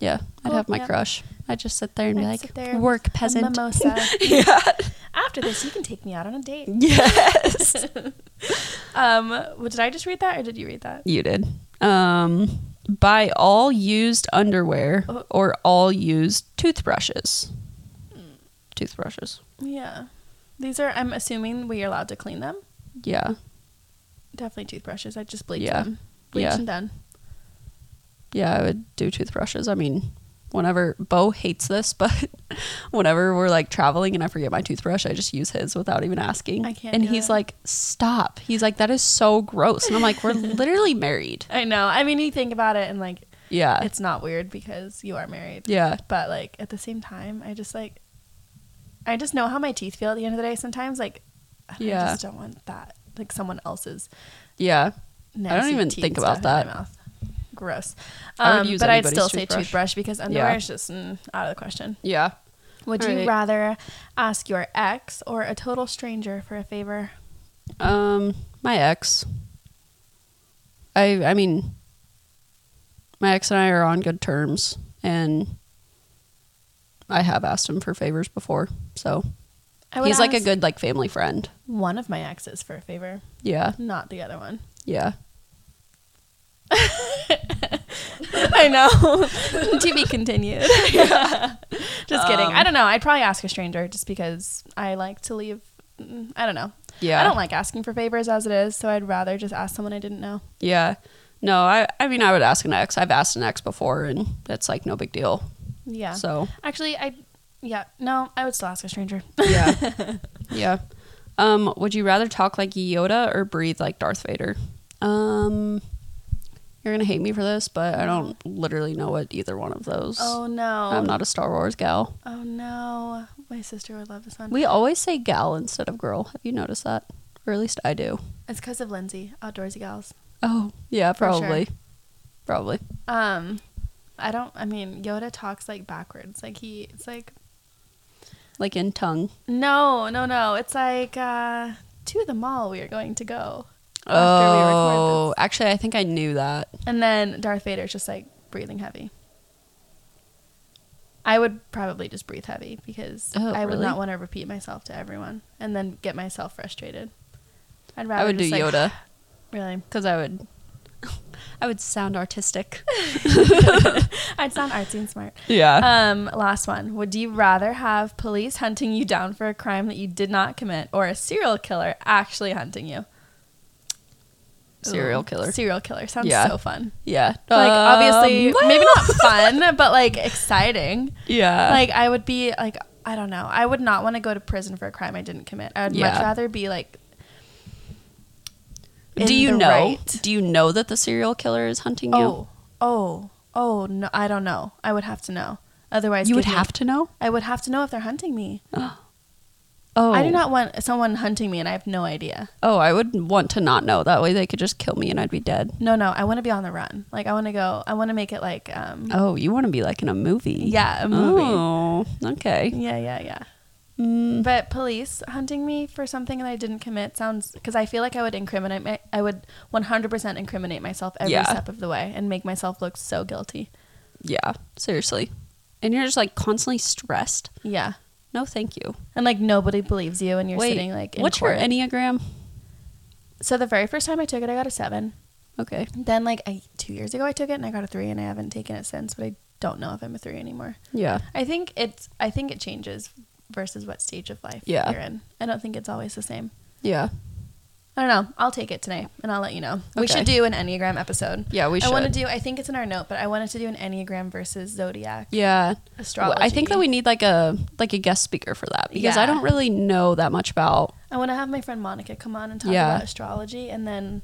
yeah, I'd Cool, have my yeah. crush. I'd just sit there and I'd be sit like there, work a peasant. mimosa. yeah. After this, you can take me out on a date. Yes. Um, well, did I just read that or did you read that? You did. Um, buy all used underwear Oh. or all used toothbrushes. Toothbrushes. Yeah. These are, I'm assuming we are allowed to clean them. Yeah. Definitely toothbrushes. I just bleach Yeah. them. Bleach Yeah. and done. Yeah, I would do toothbrushes. I mean, whenever Bo hates this, but whenever we're like traveling and I forget my toothbrush, I just use his without even asking. I can't And do he's it. like, "Stop." He's like, "That is so gross." And I'm like, "We're literally married." I know. I mean, you think about it and like, Yeah. it's not weird because you are married. yeah. But like at the same time, I just like, I just know how my teeth feel at the end of the day. Sometimes like, I Yeah. just don't want that. Like someone else's. Yeah. Nasty even teeth think about stuff in my that. mouth. Gross. I would Um, use but I'd anybody's still say toothbrush. toothbrush because underwear Yeah. is just mm, out of the question. Yeah. Would All you right. rather ask your ex or a total stranger for a favor? Um, my ex. I I mean, my ex and I are on good terms, and I have asked him for favors before. So I would he's like a ask good like family friend. one of my exes for a favor, Yeah, not the other one. yeah, I know. to be continued. just kidding. Um, I don't know. I'd probably ask a stranger just because I like to leave. mm, I don't know. yeah. I don't like asking for favors as it is, so I'd rather just ask someone I didn't know. Yeah, no. I I mean, I would ask an ex. I've asked an ex before, and it's like no big deal. Yeah. So Actually, I. Yeah. No, I would still ask a stranger. yeah, yeah. Um, would you rather talk like Yoda or breathe like Darth Vader? Um, you're gonna hate me for this, but I don't literally know what either one of those. Oh no. I'm not a Star Wars gal. Oh no. My sister would love this one. We always say gal instead of girl. Have you noticed that? Or at least I do. it's because of Lindsay, outdoorsy gals. Oh yeah, For sure. probably, probably. Um, I I don't. I mean, Yoda talks like backwards. Like he, it's like like in tongue. no, no, no. It's like uh, to the mall we are going to go. After we record oh, actually, I think I knew that. And then Darth Vader's just like breathing heavy. I would probably just breathe heavy because Oh, I would really? not want to repeat myself to everyone and then get myself frustrated. I'd rather I would do just, like, Yoda Really, because I would, I would sound artistic. I'd sound artsy and smart. Yeah. Um, last one. Would you rather have police hunting you down for a crime that you did not commit, or a serial killer actually hunting you? Serial Ooh, killer. Serial killer sounds Yeah. so fun. yeah. Like obviously, Um, maybe not fun, but like exciting. Yeah. like I would be like I don't know. I would not want to go to prison for a crime I didn't commit. I would much Yeah. rather be like. in do you the know? right. Do you know that the serial killer is hunting you? Oh, oh, oh no! I don't know. I would have to know. Otherwise, you would give me- have to know. I would have to know if they're hunting me. Oh, I do not want someone hunting me, and I have no idea. Oh, I would want to not know. That way, they could just kill me and I'd be dead. No, no. I want to be on the run. Like I want to go. I want to make it like. um Oh, you want to be like in a movie? Yeah, a movie. Oh, okay. Yeah, yeah, yeah. Mm, But police hunting me for something that I didn't commit sounds because I feel like I would incriminate my, I would 100% incriminate myself every Yeah. step of the way and make myself look so guilty. yeah, seriously. And you're just like constantly stressed. Yeah. No, thank you. And like nobody believes you and you're Wait, sitting like in what's court. your enneagram? so the very first time I took it I got a 7. Okay. Then like I, 2 years ago I took it and I got a 3 and I haven't taken it since, but I don't know if I'm a 3 anymore. Yeah. I think it's I think it changes versus what stage of life Yeah. you're in. I don't think it's always the same. Yeah. I don't know. I'll take it today and I'll let you know. We Okay. should do an Enneagram episode. Yeah, we I want to do, should. I think it's in our note, but I wanted to do an Enneagram versus Zodiac Yeah. astrology. I think that we need like a like a guest speaker for that because Yeah. I don't really know that much about. I want to have my friend Monica come on and talk Yeah. about astrology and then.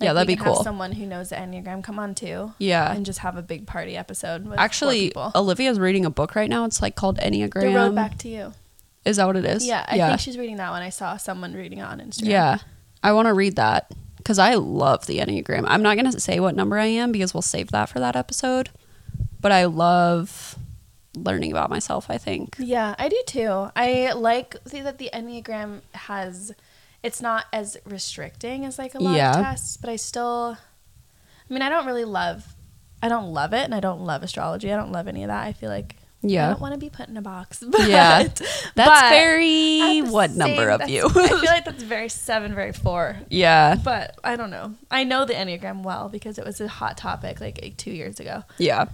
Yeah, that'd we be can have cool. someone who knows the Enneagram come on too. Yeah. And just have a big party episode with four Actually, people. Olivia's reading a book right now. It's like called Enneagram. The Road Back to You. Is that what it is? Yeah, I think she's reading that one. I saw someone reading it on Instagram. Yeah. I want to read that because I love the Enneagram. I'm not going to say what number I am because we'll save that for that episode. But I love learning about myself, I think. Yeah, I do too. I like see that the Enneagram has it's not as restricting as like a lot Yeah. of tests, but I still I mean, I don't really love I don't love it and I don't love astrology. I don't love any of that. I feel like I Yeah. don't want to be put in a box. But Yeah. That's but very at the what same- number of that's- you? I feel like that's very 7 very 4. yeah. But I don't know. I know the Enneagram well because it was a hot topic like 2 years ago. Yeah.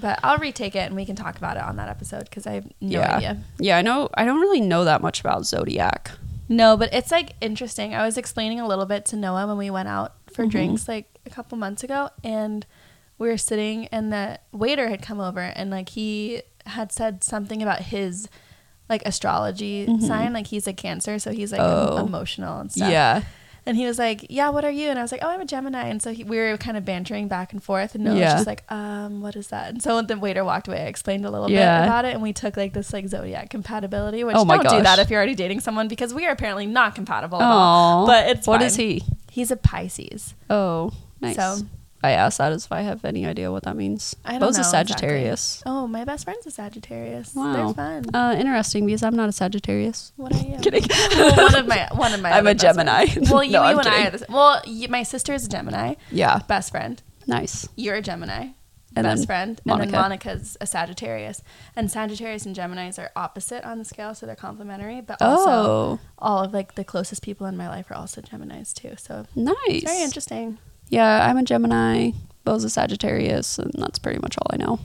But I'll retake it and we can talk about it on that episode cuz I have no yeah. idea. Yeah, I know I don't really know that much about zodiac. No, but it's like interesting. I was explaining a little bit to Noah when we went out for Mm-hmm. drinks like a couple months ago, and we were sitting, and the waiter had come over, and like he had said something about his like astrology sign. Like he's a Cancer, so he's like em- Mm-hmm. Oh. emotional and stuff. Yeah. And he was like, "Yeah, what are you?" And I was like, "Oh, I'm a Gemini." And so he, we were kind of bantering back and forth, and Noah was Yeah. just like, "Um, what is that?" And so the waiter walked away. I explained a little Yeah. bit about it, and we took like this like zodiac compatibility, which Oh my don't do gosh. that if you're already dating someone because we are apparently not compatible. At Aw. all. But it's what fine. is he? He's a Pisces. Oh, nice. So- I asked that as if I have any idea what that means. I don't Bo's know a exactly. Sagittarius. Oh, my best friend's a Sagittarius. Wow. They're fun. Uh, interesting because I'm not a Sagittarius. what are you? Kidding. Well, one of my one of my. I'm other a best friends. Gemini. Well, you, No, I'm you and I kidding. are the same. Well, you, my sister is a Gemini. Yeah. Best friend. Nice. you're a Gemini, best And then friend, and Monica. then Monica's a Sagittarius. And Sagittarius and Geminis are opposite on the scale, so they're complementary. But also, Oh, all of like the closest people in my life are also Geminis too. So nice. it's very interesting. Yeah, I'm a Gemini. Bo's a Sagittarius, and that's pretty much all I know.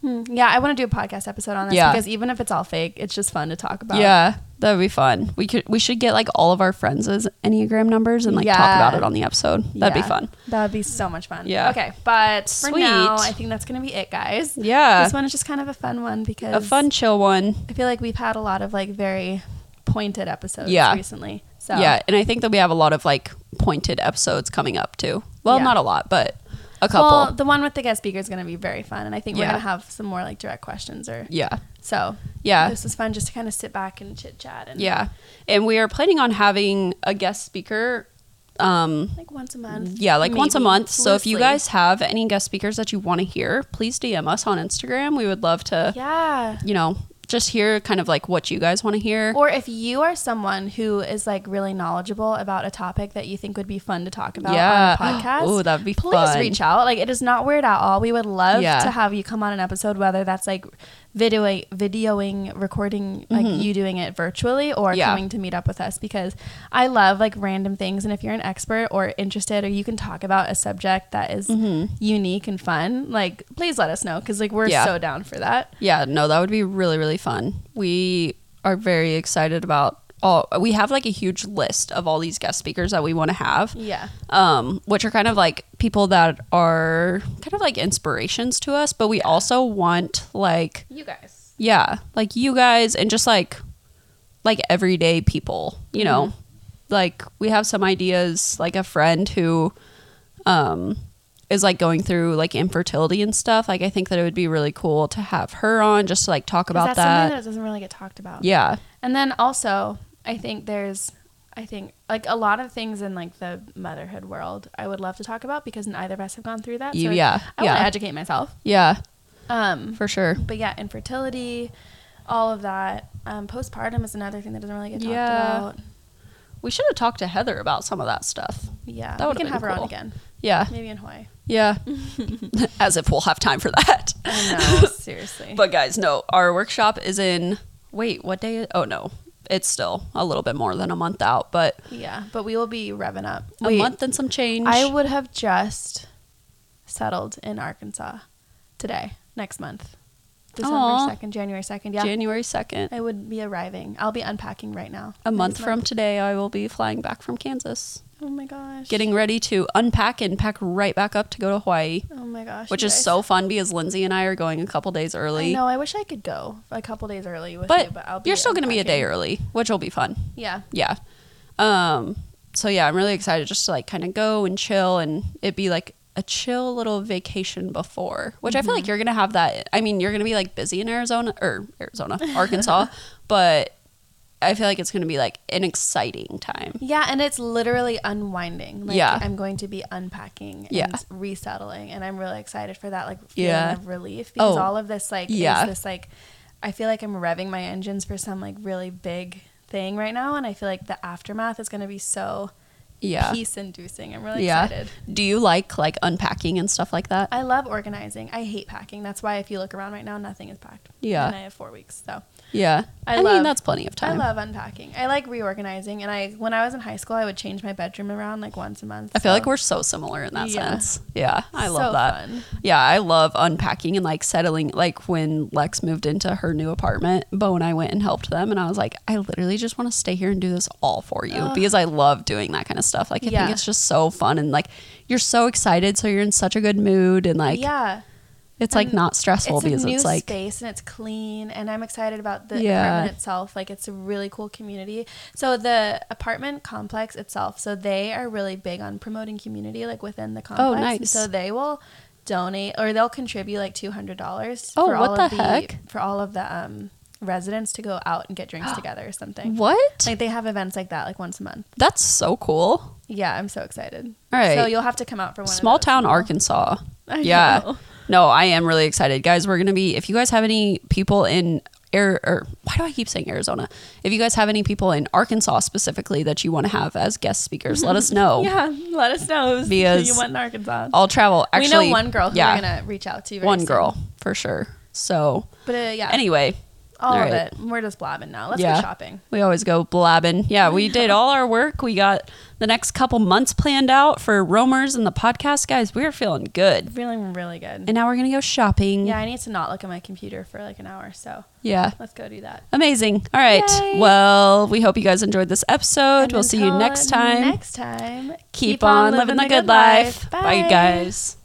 Hmm. Yeah, I want to do a podcast episode on this Yeah. because even if it's all fake, it's just fun to talk about. Yeah, that'd be fun. We could we should get like all of our friends' enneagram numbers and like talk Yeah. about it on the episode. That'd Yeah. be fun. That would be so much fun. Yeah. Okay, but for Sweet. now, I think that's gonna be it, guys. Yeah, This one is just kind of a fun one because a fun chill one. I feel like we've had a lot of like very pointed episodes Yeah. recently. So Yeah, and I think that we have a lot of like pointed episodes coming up too. Well, Yeah. not a lot, but a couple. Well, the one with the guest speaker is going to be very fun, and I think we're Yeah. going to have some more like direct questions or yeah, so. yeah. This was fun just to kind of sit back and chit chat and Yeah. And we are planning on having a guest speaker um, like once a month. yeah, like once a maybe, month. So if you loosely. guys have any guest speakers that you want to hear, please DM us on Instagram. We would love to, Yeah. you know, just hear kind of like what you guys want to hear. Or if you are someone who is like really knowledgeable about a topic that you think would be fun to talk about Yeah. on a podcast, Ooh, that'd be please fun. reach out. Like it is not weird at all. We would love Yeah. to have you come on an episode, whether that's like videoing, videoing, recording, like you doing it virtually, or Mm-hmm. Yeah. coming to meet up with us because I love like random things. And if you're an expert or interested, or you can talk about a subject that is unique and fun, like please let us know because like we're Mm-hmm. Yeah. so down for that. yeah, no, that would be really, really fun. We are very excited about all, we have like a huge list of all these guest speakers that we want to have. Yeah. um, which are kind of like people that are kind of like inspirations to us, but we also want like You guys. yeah, like you guys and just like like everyday people, you know. Mm-hmm. Like we have some ideas like a friend who um is like going through like infertility and stuff. Like I think that it would be really cool to have her on just to like talk about Is that that. something that doesn't really get talked about? yeah. And then also, I think there's, I think like a lot of things in like the motherhood world, I would love to talk about because neither of us have gone through that. You- yeah, I want yeah. to educate myself. Yeah, Um, for sure. but yeah, infertility, all of that. Um, postpartum is another thing that doesn't really get talked Yeah. about. We should have talked to Heather about some of that stuff. Yeah, That we would've can been have her cool. on again, Yeah. maybe in Hawaii. Yeah. As if we'll have time for that. I know, seriously. But guys, no, our workshop is in wait, what day? is- Oh no. It's still a little bit more than a month out, but yeah, but we will be revving up. a month and some change. I would have just settled in Arkansas today, next month. December Aw. 2nd, January 2nd. Yeah. January 2nd. I would be arriving. I'll be unpacking right now. A month Next from today, I will be flying back from Kansas, Oh my gosh. getting ready to unpack and pack right back up to go to Hawaii, Oh my gosh. which you is guys. so fun because Lindsay and I are going a couple days I early. know. I wish I could go a couple days early with you, But but I'll be you're still going to be a day unpacking. early, which will be fun. Yeah. yeah um so yeah i'm really excited just to like kind of go and chill and it'd be like a chill little vacation before which i feel Mm-hmm. like you're gonna have that i mean you're gonna be like busy in arizona or arizona arkansas but i feel like it's gonna be like an exciting time Yeah, and it's literally unwinding. Like, Yeah. I'm going to be unpacking and Yeah. resettling, and I'm really excited for that. Like feeling Yeah. of relief because Oh, all of this like yeah. is this like I feel like I'm revving my engines for some like really big thing right now, and I feel like the aftermath is going to be so yeah peace inducing. I'm really yeah excited. do you like like unpacking and stuff like that I love organizing. I hate packing. That's why if you look around right now, nothing is packed. Yeah. And I have four weeks, so yeah I i, mean love- that's plenty of time I love unpacking. I like reorganizing, and I when I was in high school, I would change my bedroom around like once a month. I feel so- like we're so similar in that Yeah. sense. Yeah, I So love that. fun. Yeah, I love unpacking and like settling. Like when Lex moved into her new apartment, Bo and I went and helped them, and I was like, I literally just want to stay here and do this all for you because I love doing that kind of stuff. Like I Yeah. think it's just so fun and like you're so excited, so you're in such a good mood and like yeah. it's like And not stressful It's a because new it's like space and it's clean, and I'm excited about the Yeah. apartment itself. Like it's a really cool community. So the apartment complex itself, so they are really big on promoting community like within the complex. And Oh, nice. So they will donate or they'll contribute like two hundred dollars. Oh, for what all the of the heck? For all of the um, residents to go out and get drinks together or something. what? Like they have events like that like once a month. That's so cool. Yeah, I'm so excited. All right. So you'll have to come out for one. of Small those. town Arkansas. I yeah. know. No, I am really excited. Guys, we're going to be, if you guys have any people in, Air, or why do I keep saying Arizona? If you guys have any people in Arkansas specifically that you want to have as guest speakers, let us know. Yeah, let us know who Because you want in Arkansas. I'll travel. Actually, we know one girl who yeah, we're gonna reach out to. Very one soon. girl for sure. So But uh, yeah, anyway, all all of right. it. We're just blabbing now. Let's Yeah. go shopping. we always go blabbing. Yeah, we did all our work. We got the next couple months planned out for roamers and the podcast. Guys, we are feeling good. Feeling really good. And now we're going to go shopping. yeah, I need to not look at my computer for like an hour. So Yeah. let's go do that. Amazing. All right. Yay. Well, we hope you guys enjoyed this episode. And we'll see you until next time. Next time. Keep, on living, the good life. Bye, guys.